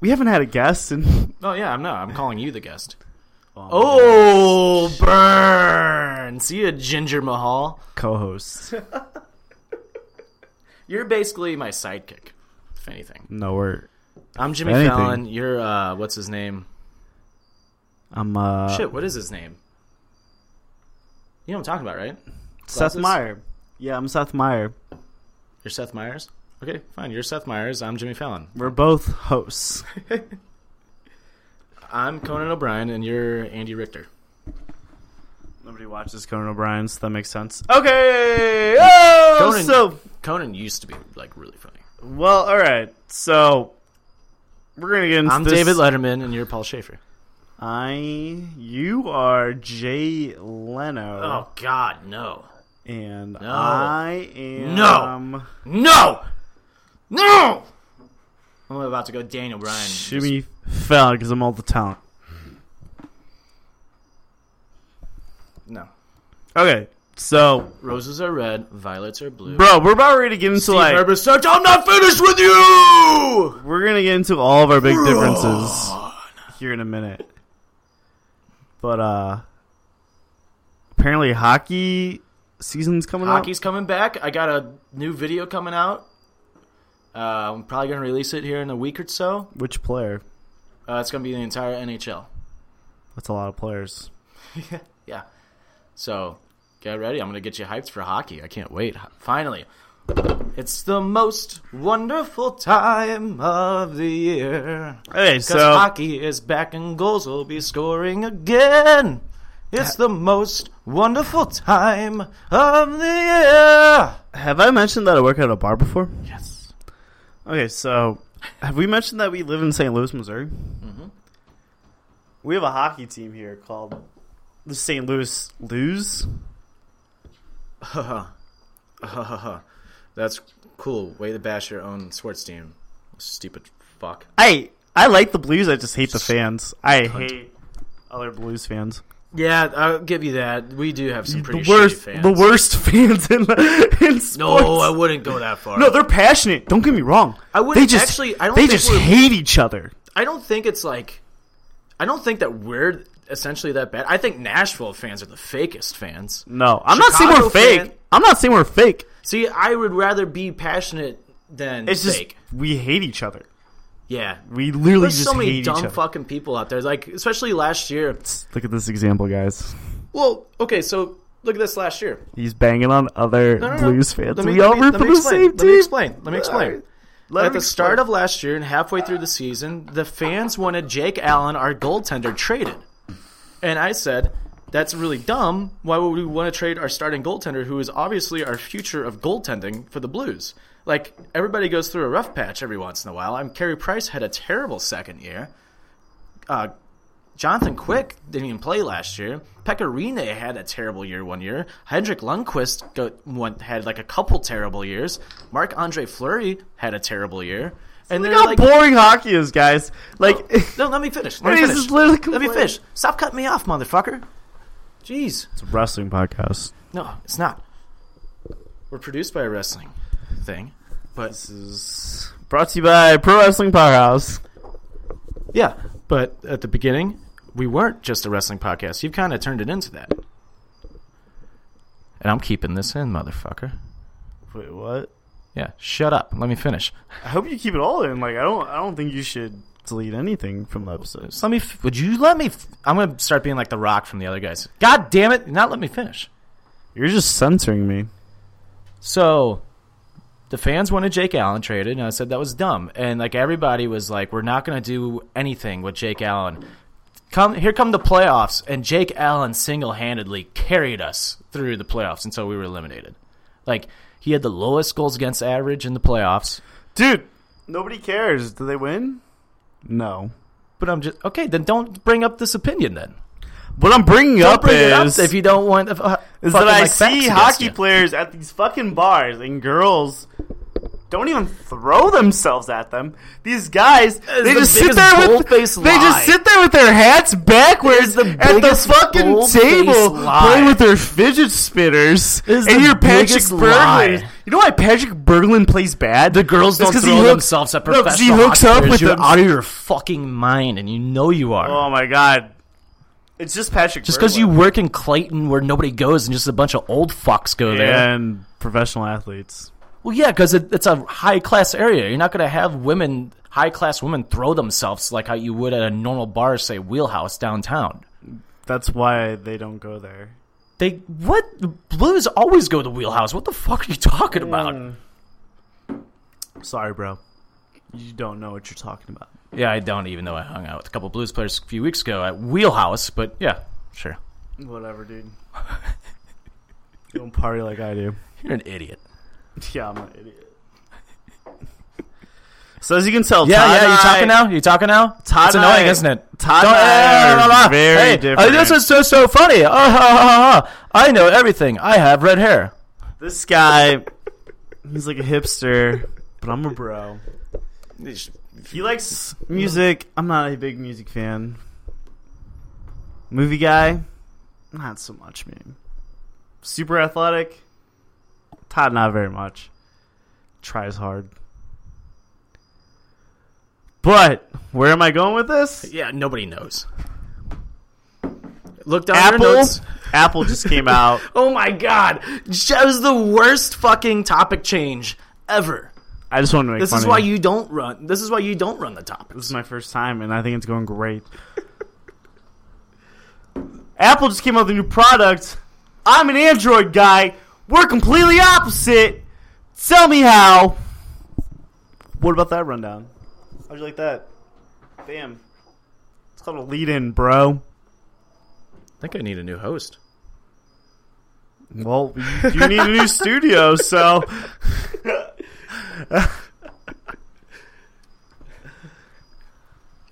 We haven't had a guest, and Oh yeah, I'm not. I'm calling you the guest. oh, Oh, burn! See ya, Ginger Mahal. co-host. You're basically my sidekick, if anything. No, we're. I'm Jimmy Anything. Fallon. You're uh, what's his name? I'm uh, Shit, what is his name? You know what I'm talking about, right? Seth glasses? Meyer. Yeah, I'm Seth Meyer. You're Seth Meyers. Okay, fine. You're Seth Meyers. I'm Jimmy Fallon. We're both hosts. I'm Conan O'Brien, and you're Andy Richter. Nobody watches Conan O'Brien, so that makes sense. Okay. Oh, Conan- so Conan used to be like really funny. Well, all right. So we're gonna get into I'm this. David Letterman, and you're Paul Schaefer. I, you are Jay Leno, Oh God, no, and I am No. no, no! I'm about to go Daniel Bryan. Jimmy Fallon because I'm all the talent. No, Okay, so roses are red, violets are blue. bro, we're about ready to get into Steve like Irwin starts, I'm not finished with you. we're gonna get into all of our big differences here in a minute. But uh, apparently hockey season's coming up. Hockey's coming back. I got a new video coming out. Uh, I'm probably gonna release it here in a week or so. Which player? Uh, it's gonna be the entire NHL. That's a lot of players. Yeah. So get ready. I'm going to get you hyped for hockey. I can't wait. Finally. It's the most wonderful time of the year. Okay, Because so hockey is back and goals will be scoring again. It's the most wonderful time of the Have I mentioned that I work at a bar before? year. Yes. Okay, so have we mentioned that we live in St. Louis, Missouri? Mm-hmm. We have a hockey team here called the St. Louis Lose. That's cool. Way to bash your own sports team. Stupid fuck. I I like the Blues. I just hate the fans. I hate other Blues fans. Yeah, I'll give you that. We do have some pretty the worst, shitty fans. the worst fans in, in sports. No, I wouldn't go that far. no, they're passionate. Don't get me wrong. I wouldn't- They just actually, I don't they think just we're- hate each other. I don't think it's like, I don't think that we're essentially that bad. I think Nashville fans are the fakest fans. No, I'm not saying Chicago we're fake. fan- I'm not saying we're fake. See, I would rather be passionate than It's just fake. we hate each other. yeah. We literally There's just so many hate each dumb other. fucking people out there. Like, especially last year. Look at this example, guys. Well, okay, so Look at this last year. He's banging on other No, no, no. Blues fans. Let me- we let all me- root let for me the explain. same Let me team. explain. Let me explain. Let At me the start explain. of last year and halfway through the season, the fans wanted Jake Allen, our goaltender, traded. And I said, that's really dumb. Why would we want to trade our starting goaltender, who is obviously our future of goaltending for the Blues? Like, everybody goes through a rough patch every once in a while. I'm Carey Price had a terrible second year. Uh, Jonathan Quick didn't even play last year. Pecorine had a terrible year one year. Hendrik Lundqvist got, went, had like a couple terrible years. Mark Andre Fleury had a terrible year. And they're Look how like, boring hockey is, guys. Like, no, let me finish. Let me He's finish. just literally Let me complaining. finish. Stop cutting me off, motherfucker. Jeez. it's a wrestling podcast. No, it's not. We're produced by a wrestling thing. But This is brought to you by Pro Wrestling Powerhouse. yeah, but at the beginning, we weren't just a wrestling podcast. You've kind of turned it into that. And I'm keeping this in, motherfucker. Wait, what? Yeah, shut up. Let me finish. I hope you keep it all in. Like, I don't. I don't think you should delete anything from the episode. Just let me. F- would you let me? F- I'm gonna start being like the Rock from the other guys. God damn it! Not let me finish. You're just censoring me. So, the fans wanted Jake Allen traded, and I said that was dumb. And like everybody was like, "We're not gonna do anything with Jake Allen." Come here, come the playoffs, and Jake Allen single-handedly carried us through the playoffs until we were eliminated. Like he had the lowest goals against average in the playoffs. Dude, nobody cares. Do they win? No. But I'm just okay. Then don't bring up this opinion. Then What I'm bringing don't up bring it up is, if you don't want. the fu- fucking, is that I like, facts see against hockey you. players at these fucking bars and girls don't even throw themselves at them. These guys, they the just sit biggest there with they bold-faced lie. just sit there with their hats backwards It is the at the biggest fucking bold-faced table lie. playing with their fidget spinners. is and the your Patrick biggest lie. Berglund. You know why Patrick Berglund plays bad? The girls It's don't 'cause throw he hooks- themselves at no, 'cause professional he hooks hockey up players. with You're the- out of your fucking mind, and you know you are. Oh my god. It's just Patrick just because you work in Clayton where nobody goes and just a bunch of old fucks go there. and professional athletes. Well, yeah, because it, it's a high class area. You're not going to have women, high class women, throw themselves like how you would at a normal bar, say Wheelhouse downtown. That's why they don't go there. They what the Blues always go to Wheelhouse. What the fuck are you talking about? Mm. Sorry, bro. You don't know what you're talking about. Yeah, I don't even know. I hung out with a couple Blues players a few weeks ago at Wheelhouse, but yeah, sure. Whatever, dude. you don't party like I do. You're an idiot. Yeah, I'm an idiot. So as you can tell, Yeah, Todd yeah. and You talking I- now? You talking now? Todd it's and annoying, I- isn't it? Todd Don't- Eh, la, and I la, la, la. are very Hey, different. uh, this is so so funny. Uh, ha, ha, ha, ha. I know everything. I have red hair. This guy, he's like a hipster, but I'm a bro. He likes music. I'm not a big music fan. Movie guy, not so much. Me. Super athletic. Todd, not very much. Tries hard. But where am I going with this? Yeah, nobody knows. Look down your Apple. notes. Apple just came out. Oh my god, that was the worst fucking topic change ever. I just wanted to make This fun is of why you don't run. This is why you don't run the This topics. is my first time, and I think it's going great. Apple just came out with a new product. I'm an Android guy. We're completely opposite. Tell me how. What about that rundown? How'd you like that? Bam. It's called a lead in, bro. I think I need a new host. Well, you need a new studio, so.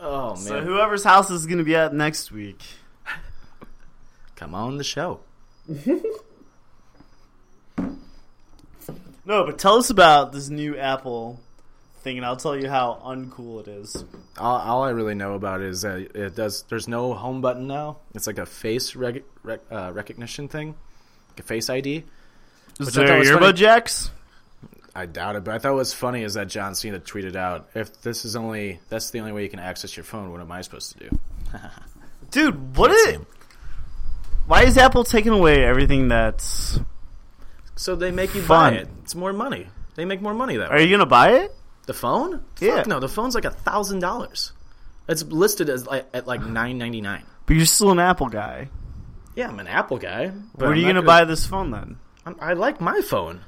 Oh man, So, whoever's house this is going to be at next week. come on the show. No, but tell us about this new Apple thing, and I'll tell you how uncool it is. All, all I really know about it is that it does. There's no home button now. It's like a face rec, rec, uh, recognition thing, like a face ID. Is I thought there was earbud funny. jacks? I doubt it, but I thought what was funny is that John Cena tweeted out, "If this is only that's the only way you can access your phone, what am I supposed to do?" Dude, what is? him. Why is Apple taking away everything that's? So they make you Fun. buy it. It's more money. They make more money that Are way. you gonna buy it? The phone? Yeah. Fuck no, the phone's like a thousand dollars. It's listed as like, at like nine ninety nine. But you're still an Apple guy. Yeah, I'm an Apple guy. but Where are I'm you not gonna buy this phone then? I'm- I like my phone.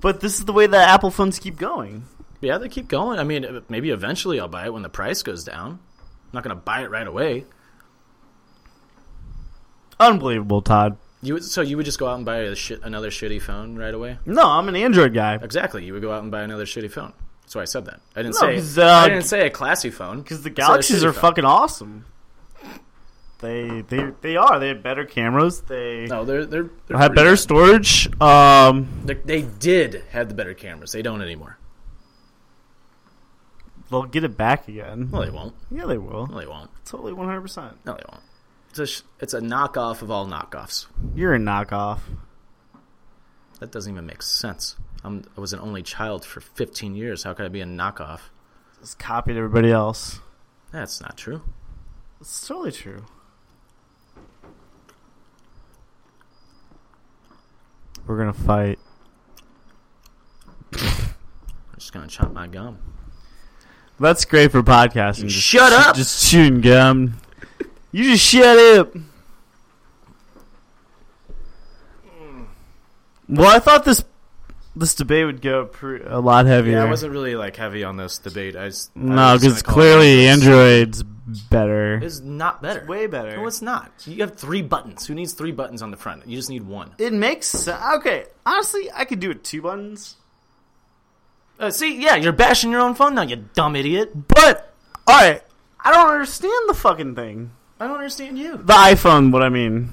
But this is the way that Apple phones keep going. Yeah, they keep going. I mean, maybe eventually I'll buy it when the price goes down. I'm not gonna buy it right away. Unbelievable, Todd. You would, so you would just go out and buy a shit, another shitty phone right away. No, I'm an Android guy Exactly, you would go out and buy another shitty phone. That's why I said that. I didn't No, say 'cause, uh, I didn't say a classy phone because the I said a Galaxies shitty are phone. fucking awesome. They they they are. They have better cameras. They No, they're they're, they're have pretty better good. storage. Um, They- They did have the better cameras. They don't anymore. they'll get it back again. No, they won't. Yeah, they will. No, they won't. Totally, one hundred percent. No, they won't. It's a, sh- it's a knockoff of all knockoffs. You're a knockoff. That doesn't even make sense. I'm, I was an only child for 15 years. How could I be a knockoff? Just copied everybody else. That's not true. It's totally true. We're gonna fight. I'm just gonna chop my gum. That's great for podcasting. Just, Shut up! just shooting gum. You just shut up. Well, I thought this this debate would go pre- a lot heavier. Yeah, I wasn't really like heavy on this debate. I just, I no, was because gonna call clearly it- Android's better. is not better. better. no, it's not. You have three buttons. Who needs three buttons on the front? You just need one. it makes sense. Okay, honestly, I could do it two buttons. Uh, see, yeah, you're bashing your own phone now, you dumb idiot. But all right, I don't understand the fucking thing. I don't understand you. The iPhone, what I mean.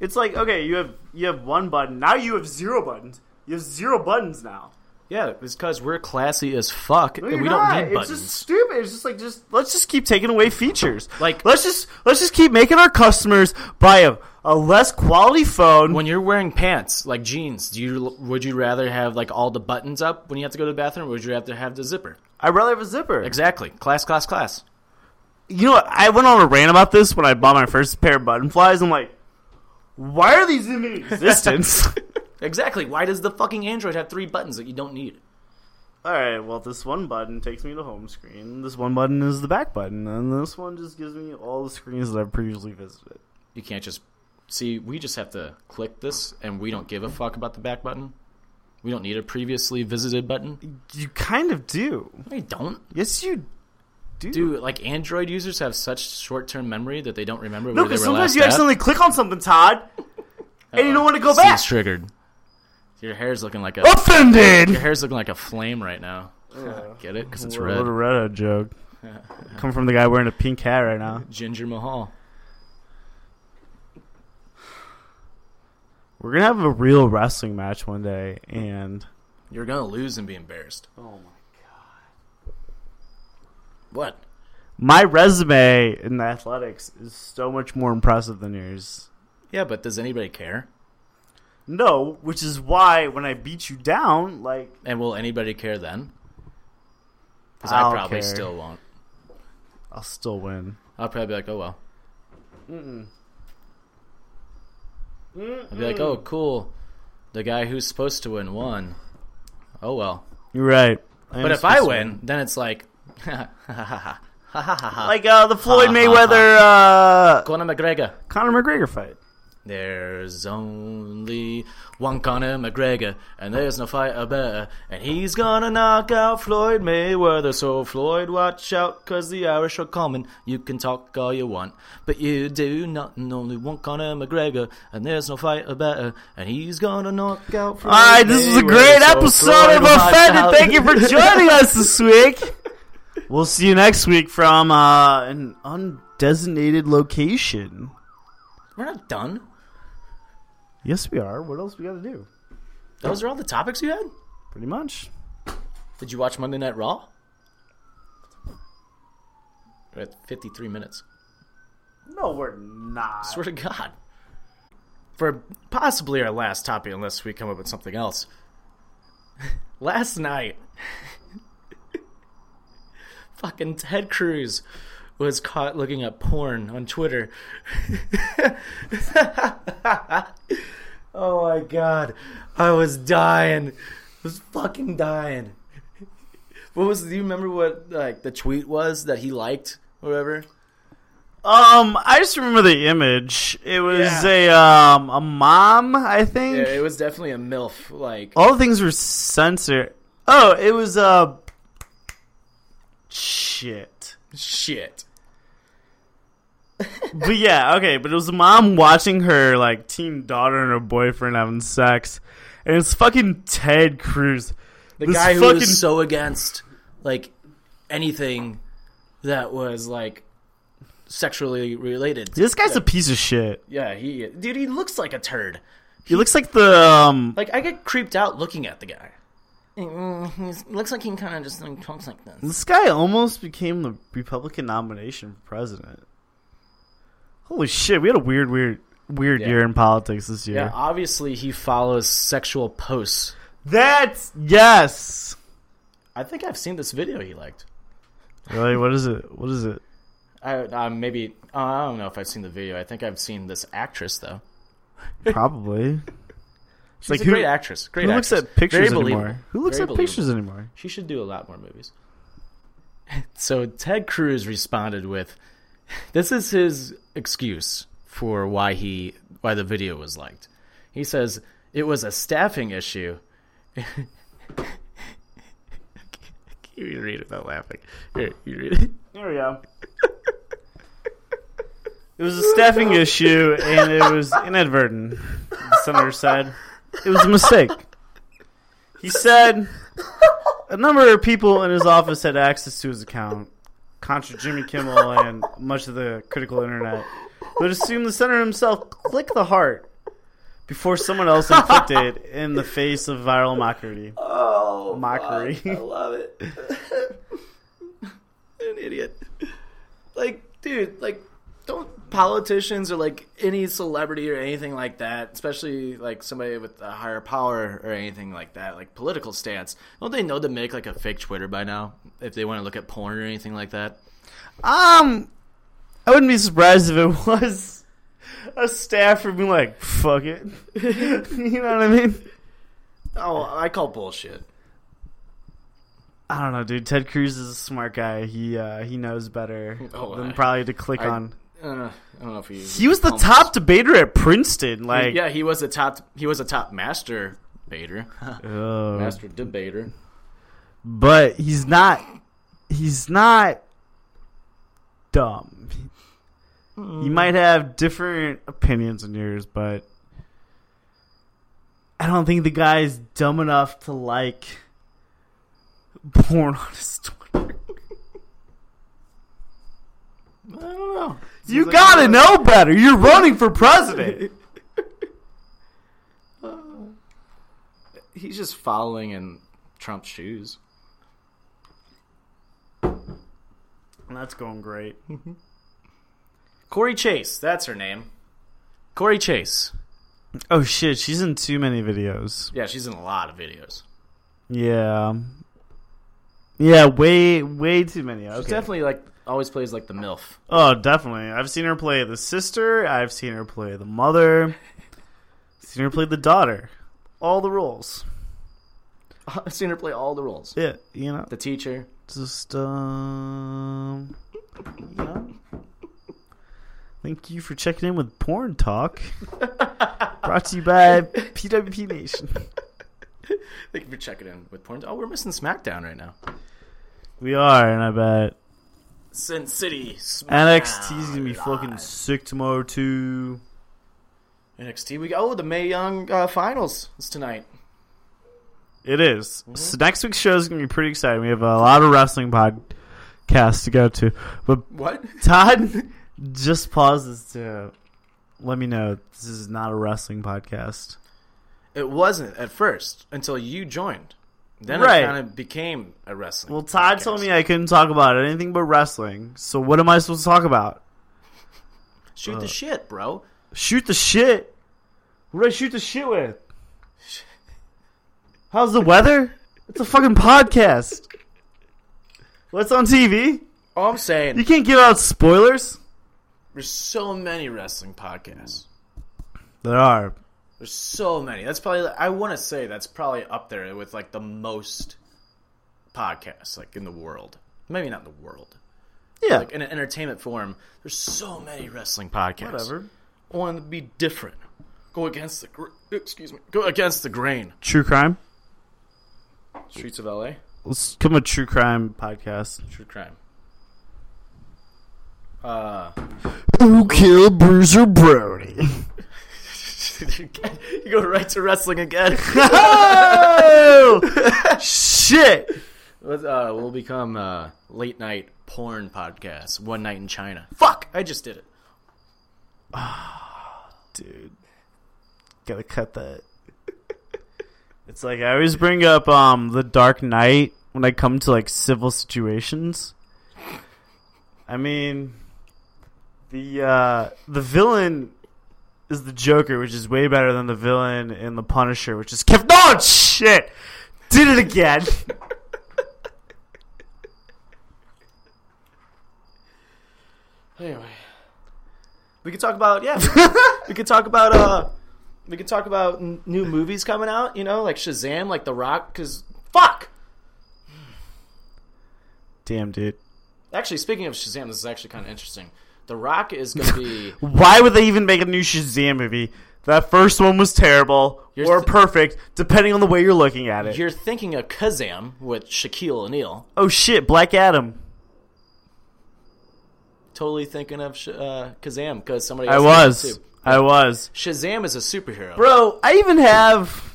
It's like okay, you have you have one button. Now you have zero buttons. You have zero buttons now. Yeah, it's because we're classy as fuck, No, and you're we don't not. need buttons. It's just stupid. It's just like just let's just keep taking away features. Like- let's just let's just keep making our customers buy a, a less quality phone. When you're wearing pants like jeans, do you would you rather have like all the buttons up when you have to go to the bathroom, or would you have to have the zipper? I'd rather have a zipper. Exactly, class, class, class. you know what? I went on a rant about this when I bought my first pair of button flies. I'm like, why are these even in existence? Exactly. Why does the fucking Android have three buttons that you don't need? All right, well, this one button takes me to home screen. This one button is the back button, and this one just gives me all the screens that I've previously visited. You can't just see. We just have to click this, and we don't give a fuck about the back button. We don't need a previously visited button. You kind of do. We don't. Yes, you do. Do like Android users have such short-term memory that they don't remember no, where they were because sometimes last you at? Uh, accidentally click on something, Todd, and you don't want to go Steve's back. Oh, triggered. Your hair's looking like a your Offended. hair's looking like a flame right now. Get it? Because it's What a red. red hat joke. Come from the guy wearing a pink hat right now. Ginger Mahal. We're gonna have a real wrestling match one day, and You're gonna lose and be embarrassed. oh my. What? my resume in athletics is so much more impressive than yours. Yeah, but does anybody care? No, which is why when I beat you down, like And will anybody care then? Because I'll I probably care. still won't. I'll still win. I'll probably be like, oh well. Mm-mm. I'll be like, oh cool, the guy who's supposed to win won. Oh well. You're right. But if I win, then it's like, Conor like uh, the Floyd Mayweather uh, McGregor. Conor McGregor fight, There's only one Conor McGregor, and there's no fighter better, and he's gonna knock out Floyd Mayweather. So Floyd, watch out, 'cause the Irish are coming. You can talk all you want, but you do not. And only one Conor McGregor, and there's no fighter better, and he's gonna knock out Floyd. All right, this is a Mayweather. great So episode Floyd, of watch Offended. out. Thank you for joining us this week. We'll see you next week from uh, an undesignated location. We're not done. Yes, we are. What else we got to do? Those are all the topics you had. Pretty much. Did you watch Monday Night Raw? We're at 53 minutes. No, we're not. Swear to God. For possibly our last topic, unless we come up with something else. last night, fucking Ted Cruz was caught looking up porn on Twitter. oh my God. I was dying. I was fucking dying. What was, do you remember what like the tweet was that he liked or whatever? Um, I just remember the image. It was a um a mom, I think. Yeah, it was definitely a milf. Like All the things were censored. Oh, it was uh shit. shit. But yeah, okay, but it was a mom watching her like teen daughter and her boyfriend having sex. And it's fucking Ted Cruz. The This guy who fucking- was so against like anything that was like sexually related. This guy's a piece of shit. Yeah, he dude, he looks like a turd. He looks like the um Like I get creeped out looking at the guy. He Mm-hmm. looks like he kind of just like, talks like this. this guy almost became the Republican nomination for president. Holy shit, we had a weird weird weird Yeah. year in politics this year. Yeah, obviously he follows sexual posts. That's yes. I think I've seen this video he liked. Really, what is it? What is it? I uh, maybe uh, I don't know if I've seen the video. I think I've seen this actress though. Probably. She's Like, a who- great actress. Great Who looks actress. at pictures Very believable. anymore? Who looks Very at pictures anymore? She should do a lot more movies. So Ted Cruz responded with this is his excuse for why he why the video was liked. He says it was a staffing issue. I can't even read it without laughing. Here, you read it. There we go. it was a staffing issue, and it was inadvertent. The senator said it was a mistake. He said a number of people in his office had access to his account, contra Jimmy Kimmel and much of the critical internet. But assume the senator himself clicked the heart before someone else inflicted it in the face of viral mockery. Oh, Mockery. fuck, I love it. An idiot. Like, dude, like, don't politicians or like any celebrity or anything like that, especially like somebody with a higher power or anything like that, like political stance, don't they know to make like a fake Twitter by now if they want to look at porn or anything like that? Um, I wouldn't be surprised if it was a staffer being like, "Fuck it," you know what I mean? Oh, I call bullshit. I don't know, dude. Ted Cruz is a smart guy. He uh, he knows better Oh, than I- probably to click I- on. Uh, I don't know if you. He was the top debater at Princeton. Like, Yeah, he was a top. He was a top master baiter, Ugh. master debater. but he's not. He's not dumb. Mm. You might have different opinions than yours, but I don't think the guy is dumb enough to like porn on his Twitter. I don't know. You like gotta a- know better. You're running for president. He's just following in Trump's shoes. That's going great. Corey Chase, that's her name. Corey Chase. Oh shit, she's in too many videos. Yeah, she's in a lot of videos. Yeah. Yeah, way way too many. Okay. Definitely like always plays like the MILF. Oh, definitely. I've seen her play the sister. I've seen her play the mother. seen her play the daughter. All the roles. I've seen her play all the roles. Yeah, you know, The teacher. just um, you know. Thank you for checking in with Porn Talk. Brought to you by PWP Nation. Thank you for checking in with porn. Oh, we're missing SmackDown right now. We are, and I bet Sin City. SmackDown NXT's gonna be fucking Live. sick tomorrow too. NXT. We oh the May Young uh, finals is tonight. It is. So next week's show is gonna be pretty exciting. We have a lot of wrestling podcasts to go to, but What? Todd just pauses to let me know this is not a wrestling podcast. It wasn't at first until you joined. Then Right. it kind of became a wrestling. Well, Todd podcast. told me I couldn't talk about anything but wrestling. So what am I supposed to talk about? shoot the shit, bro. Shoot the shit. What do I shoot the shit with? How's the weather? It's a fucking podcast. What's on TV? All I'm saying. You can't give out spoilers. There's so many wrestling podcasts. There are. There's so many. That's probably I want to say that's probably up there with like the most podcasts like in the world. Maybe not in the world, Yeah. like in an entertainment form. There's so many wrestling podcasts. Whatever. I want to be different. Go against the gr- excuse me. Go against the grain. True crime. Streets of L.A. Let's come a true crime podcast. True crime. Uh, Who killed Bruiser Brody? you go right to wrestling again. oh shit! Let's, uh, we'll become uh, late night porn podcast. One night in China. Fuck, I just did it. dude. Gotta cut that. It's like I always bring up um the Dark Knight when I come to like civil situations. I mean, the uh, the villain is the Joker, which is way better than the villain in the Punisher, which is Kevin. Oh shit! Did it again. Anyway, we could talk about yeah. we- we could talk about uh, we could talk about n- new movies coming out. You know, like Shazam, like The Rock. Because fuck. Damn, dude. Actually, speaking of Shazam, this is actually kind of interesting. The Rock is going to be. Why would they even make a new Shazam movie? That first one was terrible Here's or the- perfect, depending on the way you're looking at it. you're thinking of Kazam with Shaquille O'Neal. Oh shit, Black Adam. Totally thinking of Sh- uh, Kazam because somebody. I else was. too. I was. Shazam is a superhero. Bro, I even have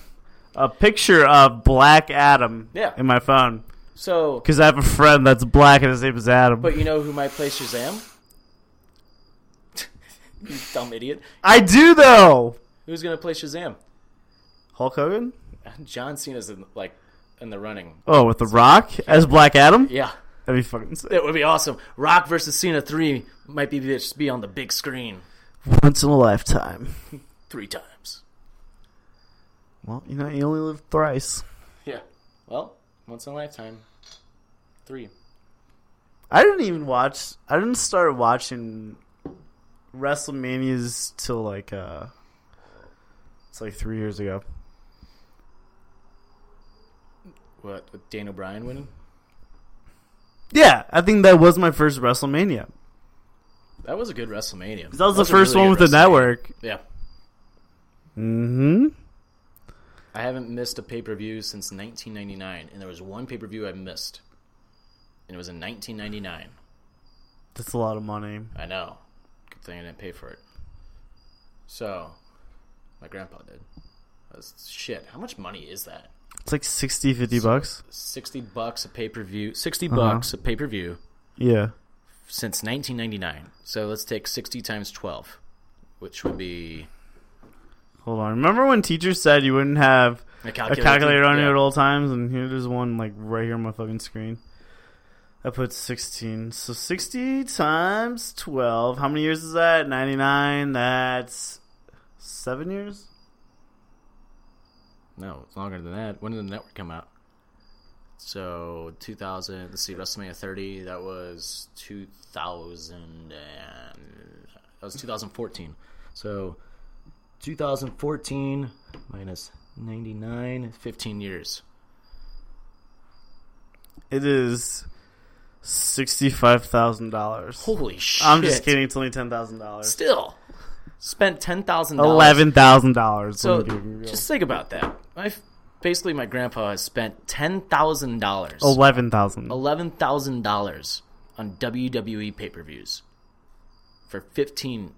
a picture of Black Adam Yeah. in my phone So, because I have a friend that's black and his name is Adam. but you know who might play Shazam? you dumb idiot. I do though. Who's gonna play Shazam? Hulk Hogan? John Cena's in like in the running. Oh, with The Rock as Black Adam? Yeah, That'd be fucking sick. that would be awesome. Rock versus Cena three might be just be on the big screen Once in a lifetime. three times. Well, you know, you only live thrice. Yeah. Well, once in a lifetime. Three. I didn't even watch. I didn't start watching WrestleManias till like uh, it's like three years ago. What with Daniel Bryan winning? Yeah, I think that was my first WrestleMania. That was a good WrestleMania. That was the a first really one with good the network. WrestleMania. Yeah. Mm-hmm. I haven't missed a pay per view since 1999, and there was one pay per view I missed, and it was in 1999. That's a lot of money. I know. Good thing I didn't pay for it. So, my grandpa did. That's shit. How much money is that? It's like 60, 50 bucks. 60 bucks a pay per view. 60 Uh-huh. bucks a pay per view Yeah. since 1999. So let's take 60 times 12, which would be Hold on. Remember when teachers said you wouldn't have a a calculator. calculator on you Yeah. at all times? And here there's one like right here on my fucking screen. I put 16. So 60 times 12. How many years is that? 99. That's seven years? No, it's longer than that. When did the network come out? So 2000. Let's see, WrestleMania 30. That was 2000. And, that was 2014. So 2014 minus 99, 15 years. It is $65,000. Holy shit! I'm just kidding. It's only $10,000. Still spent ten thousand dollars. Eleven thousand dollars. So just think about that. My basically my grandpa has spent ten thousand dollars. eleven thousand. eleven thousand dollars on WWE pay per views for fifteen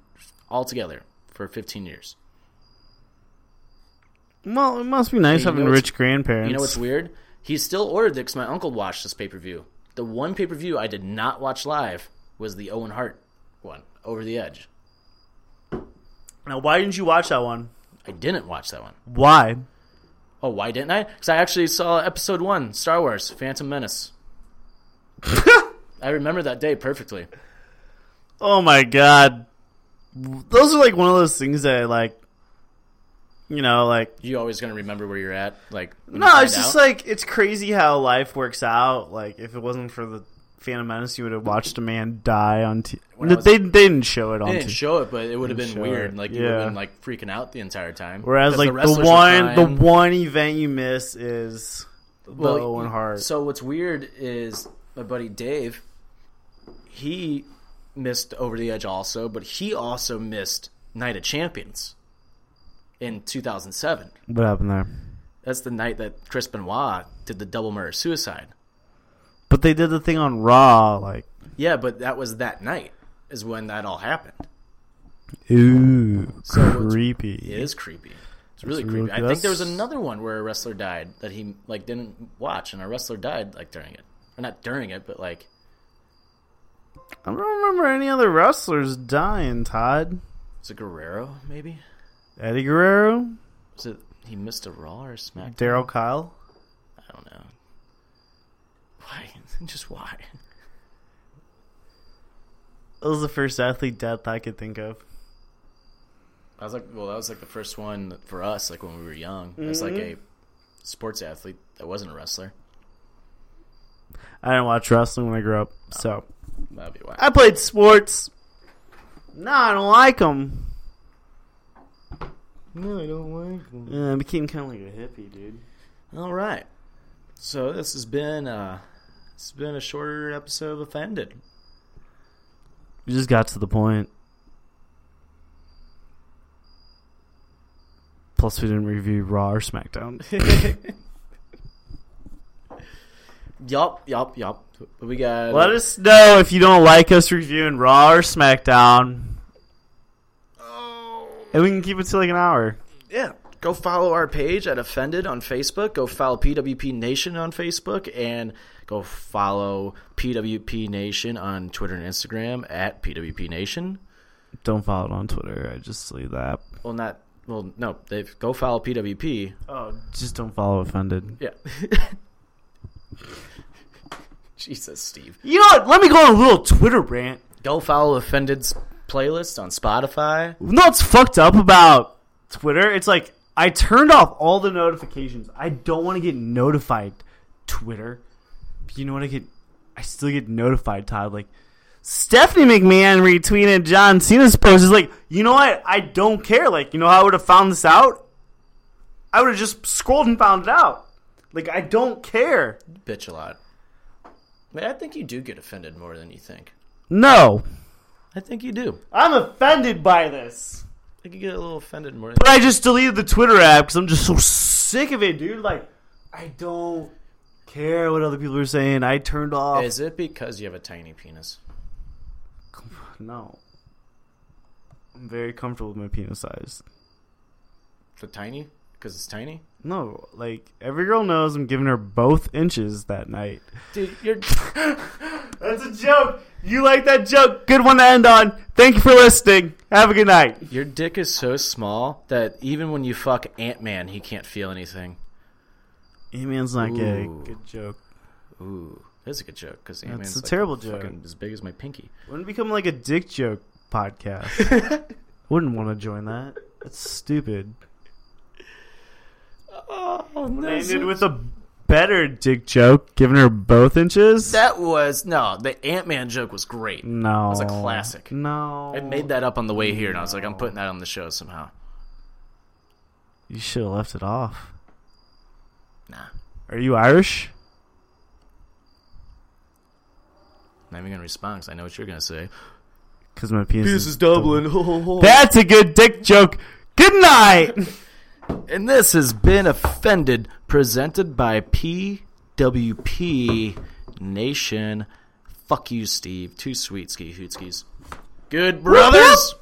altogether for fifteen years. Well, it must be nice you having know rich grandparents. You know what's weird? He still ordered it because my uncle watched this pay per view. The one pay per view I did not watch live was the Owen Hart one, Over the Edge. Now, why didn't you watch that one? I didn't watch that one. Why? Oh, why didn't I? Because I actually saw episode one, Star Wars, Phantom Menace. I remember that day perfectly. Oh my god, those are like one of those things that like, you know, like You always gonna remember where you're at, like when you no, find it's just out? like it's crazy how life works out. Like, if it wasn't for the Phantom Menace, you would have watched a man die on. T- When I was- they, they didn't show it on. They T- didn't show it, but it would have been show weird. it, Like you would have yeah. been like freaking out the entire time. Whereas, like Because the, wrestlers were one, the crying. one event you miss is the Well, Owen Hart. So what's weird is my buddy Dave. he missed Over the Edge also, but he also missed Night of Champions in 2007. What happened there? That's the night that Chris Benoit did the double murder suicide. But they did the thing on Raw, like Yeah, but that was that night is when that all happened. ooh, So it's- creepy. It is creepy. It's really That's real- creepy. I think there was that's- another one where a wrestler died that he like didn't watch, and a wrestler died like during it, or not during it, but like I don't remember any other wrestlers dying. Todd, was it Guerrero maybe? Eddie Guerrero, Was it he missed a Raw or a SmackDown? Daryl Kyle. I don't know. Why? Just why? That was the first athlete death I could think of. I was like, well, that was like the first one for us, like when we were young, as like a sports athlete that wasn't a wrestler. I didn't watch wrestling when I grew up, so That'd be why. I played sports. No, I don't like them. no, I don't like Yeah, I became kind of like a hippie, dude. All right. So this has been uh this has been a shorter episode of Offended. We just got to the point. Plus, we didn't review Raw or SmackDown. Yup, yup, yup. We got Let us know if you don't like us reviewing Raw or SmackDown. And we can keep it to like an hour. yeah. Go follow our page at Offended on Facebook. Go follow PWP Nation on Facebook and go follow PWP Nation on Twitter and Instagram at PWP Nation. Don't follow it on Twitter. I just leave that. Well, not well. No, they go follow PWP. Oh, just don't follow offended. Yeah. Jesus, Steve. You know what? Let me go on a little Twitter rant. Go follow Offended's playlist on Spotify. You know what's fucked up about Twitter? It's like I turned off all the notifications. I don't want to get notified, Twitter. But you know what? I get, I still get notified, Todd. Like Stephanie McMahon retweeted John Cena's post. It's like, you know what? I don't care. Like, you know how I would have found this out? I would have just scrolled and found it out. Like, I don't care. bitch a lot. But I think you do get offended more than you think. No, I think you do. I I'm offended by this. think you get a little offended more. But I just deleted the Twitter app because I'm just so sick of it, dude. Like, I don't care what other people are saying. I turned off. Than- Is it because you have a tiny penis? no. I'm very comfortable with my penis size. The tiny? Because it's tiny? No, like, every girl knows I'm giving her both inches that night. Dude, you're. That's a joke. You like that joke. Good one to end on. Thank you for listening. Have a good night. Your dick is so small that even when you fuck Ant Man, he can't feel anything. Ant-Man's not gay. Ooh. Good joke. Ooh, that's a good joke because Ant Man's a like terrible fucking as big as my pinky. Wouldn't it become like a dick joke podcast. Wouldn't want to join that. That's stupid. Oh, ended with a better dick joke, giving her both inches. that was no. The Ant Man joke was great. no, was a classic. No, I made that up on the way here, and I was like, I'm putting that on the show somehow. You should have left it off. Nah, Are you Irish? not even gonna respond because I know what you're gonna say. Because my penis, is Dublin. That's a good dick joke. Good night. and this has been Offended, presented by PWP Nation. Fuck you, Steve. Two sweet ski hootskis. Good brothers.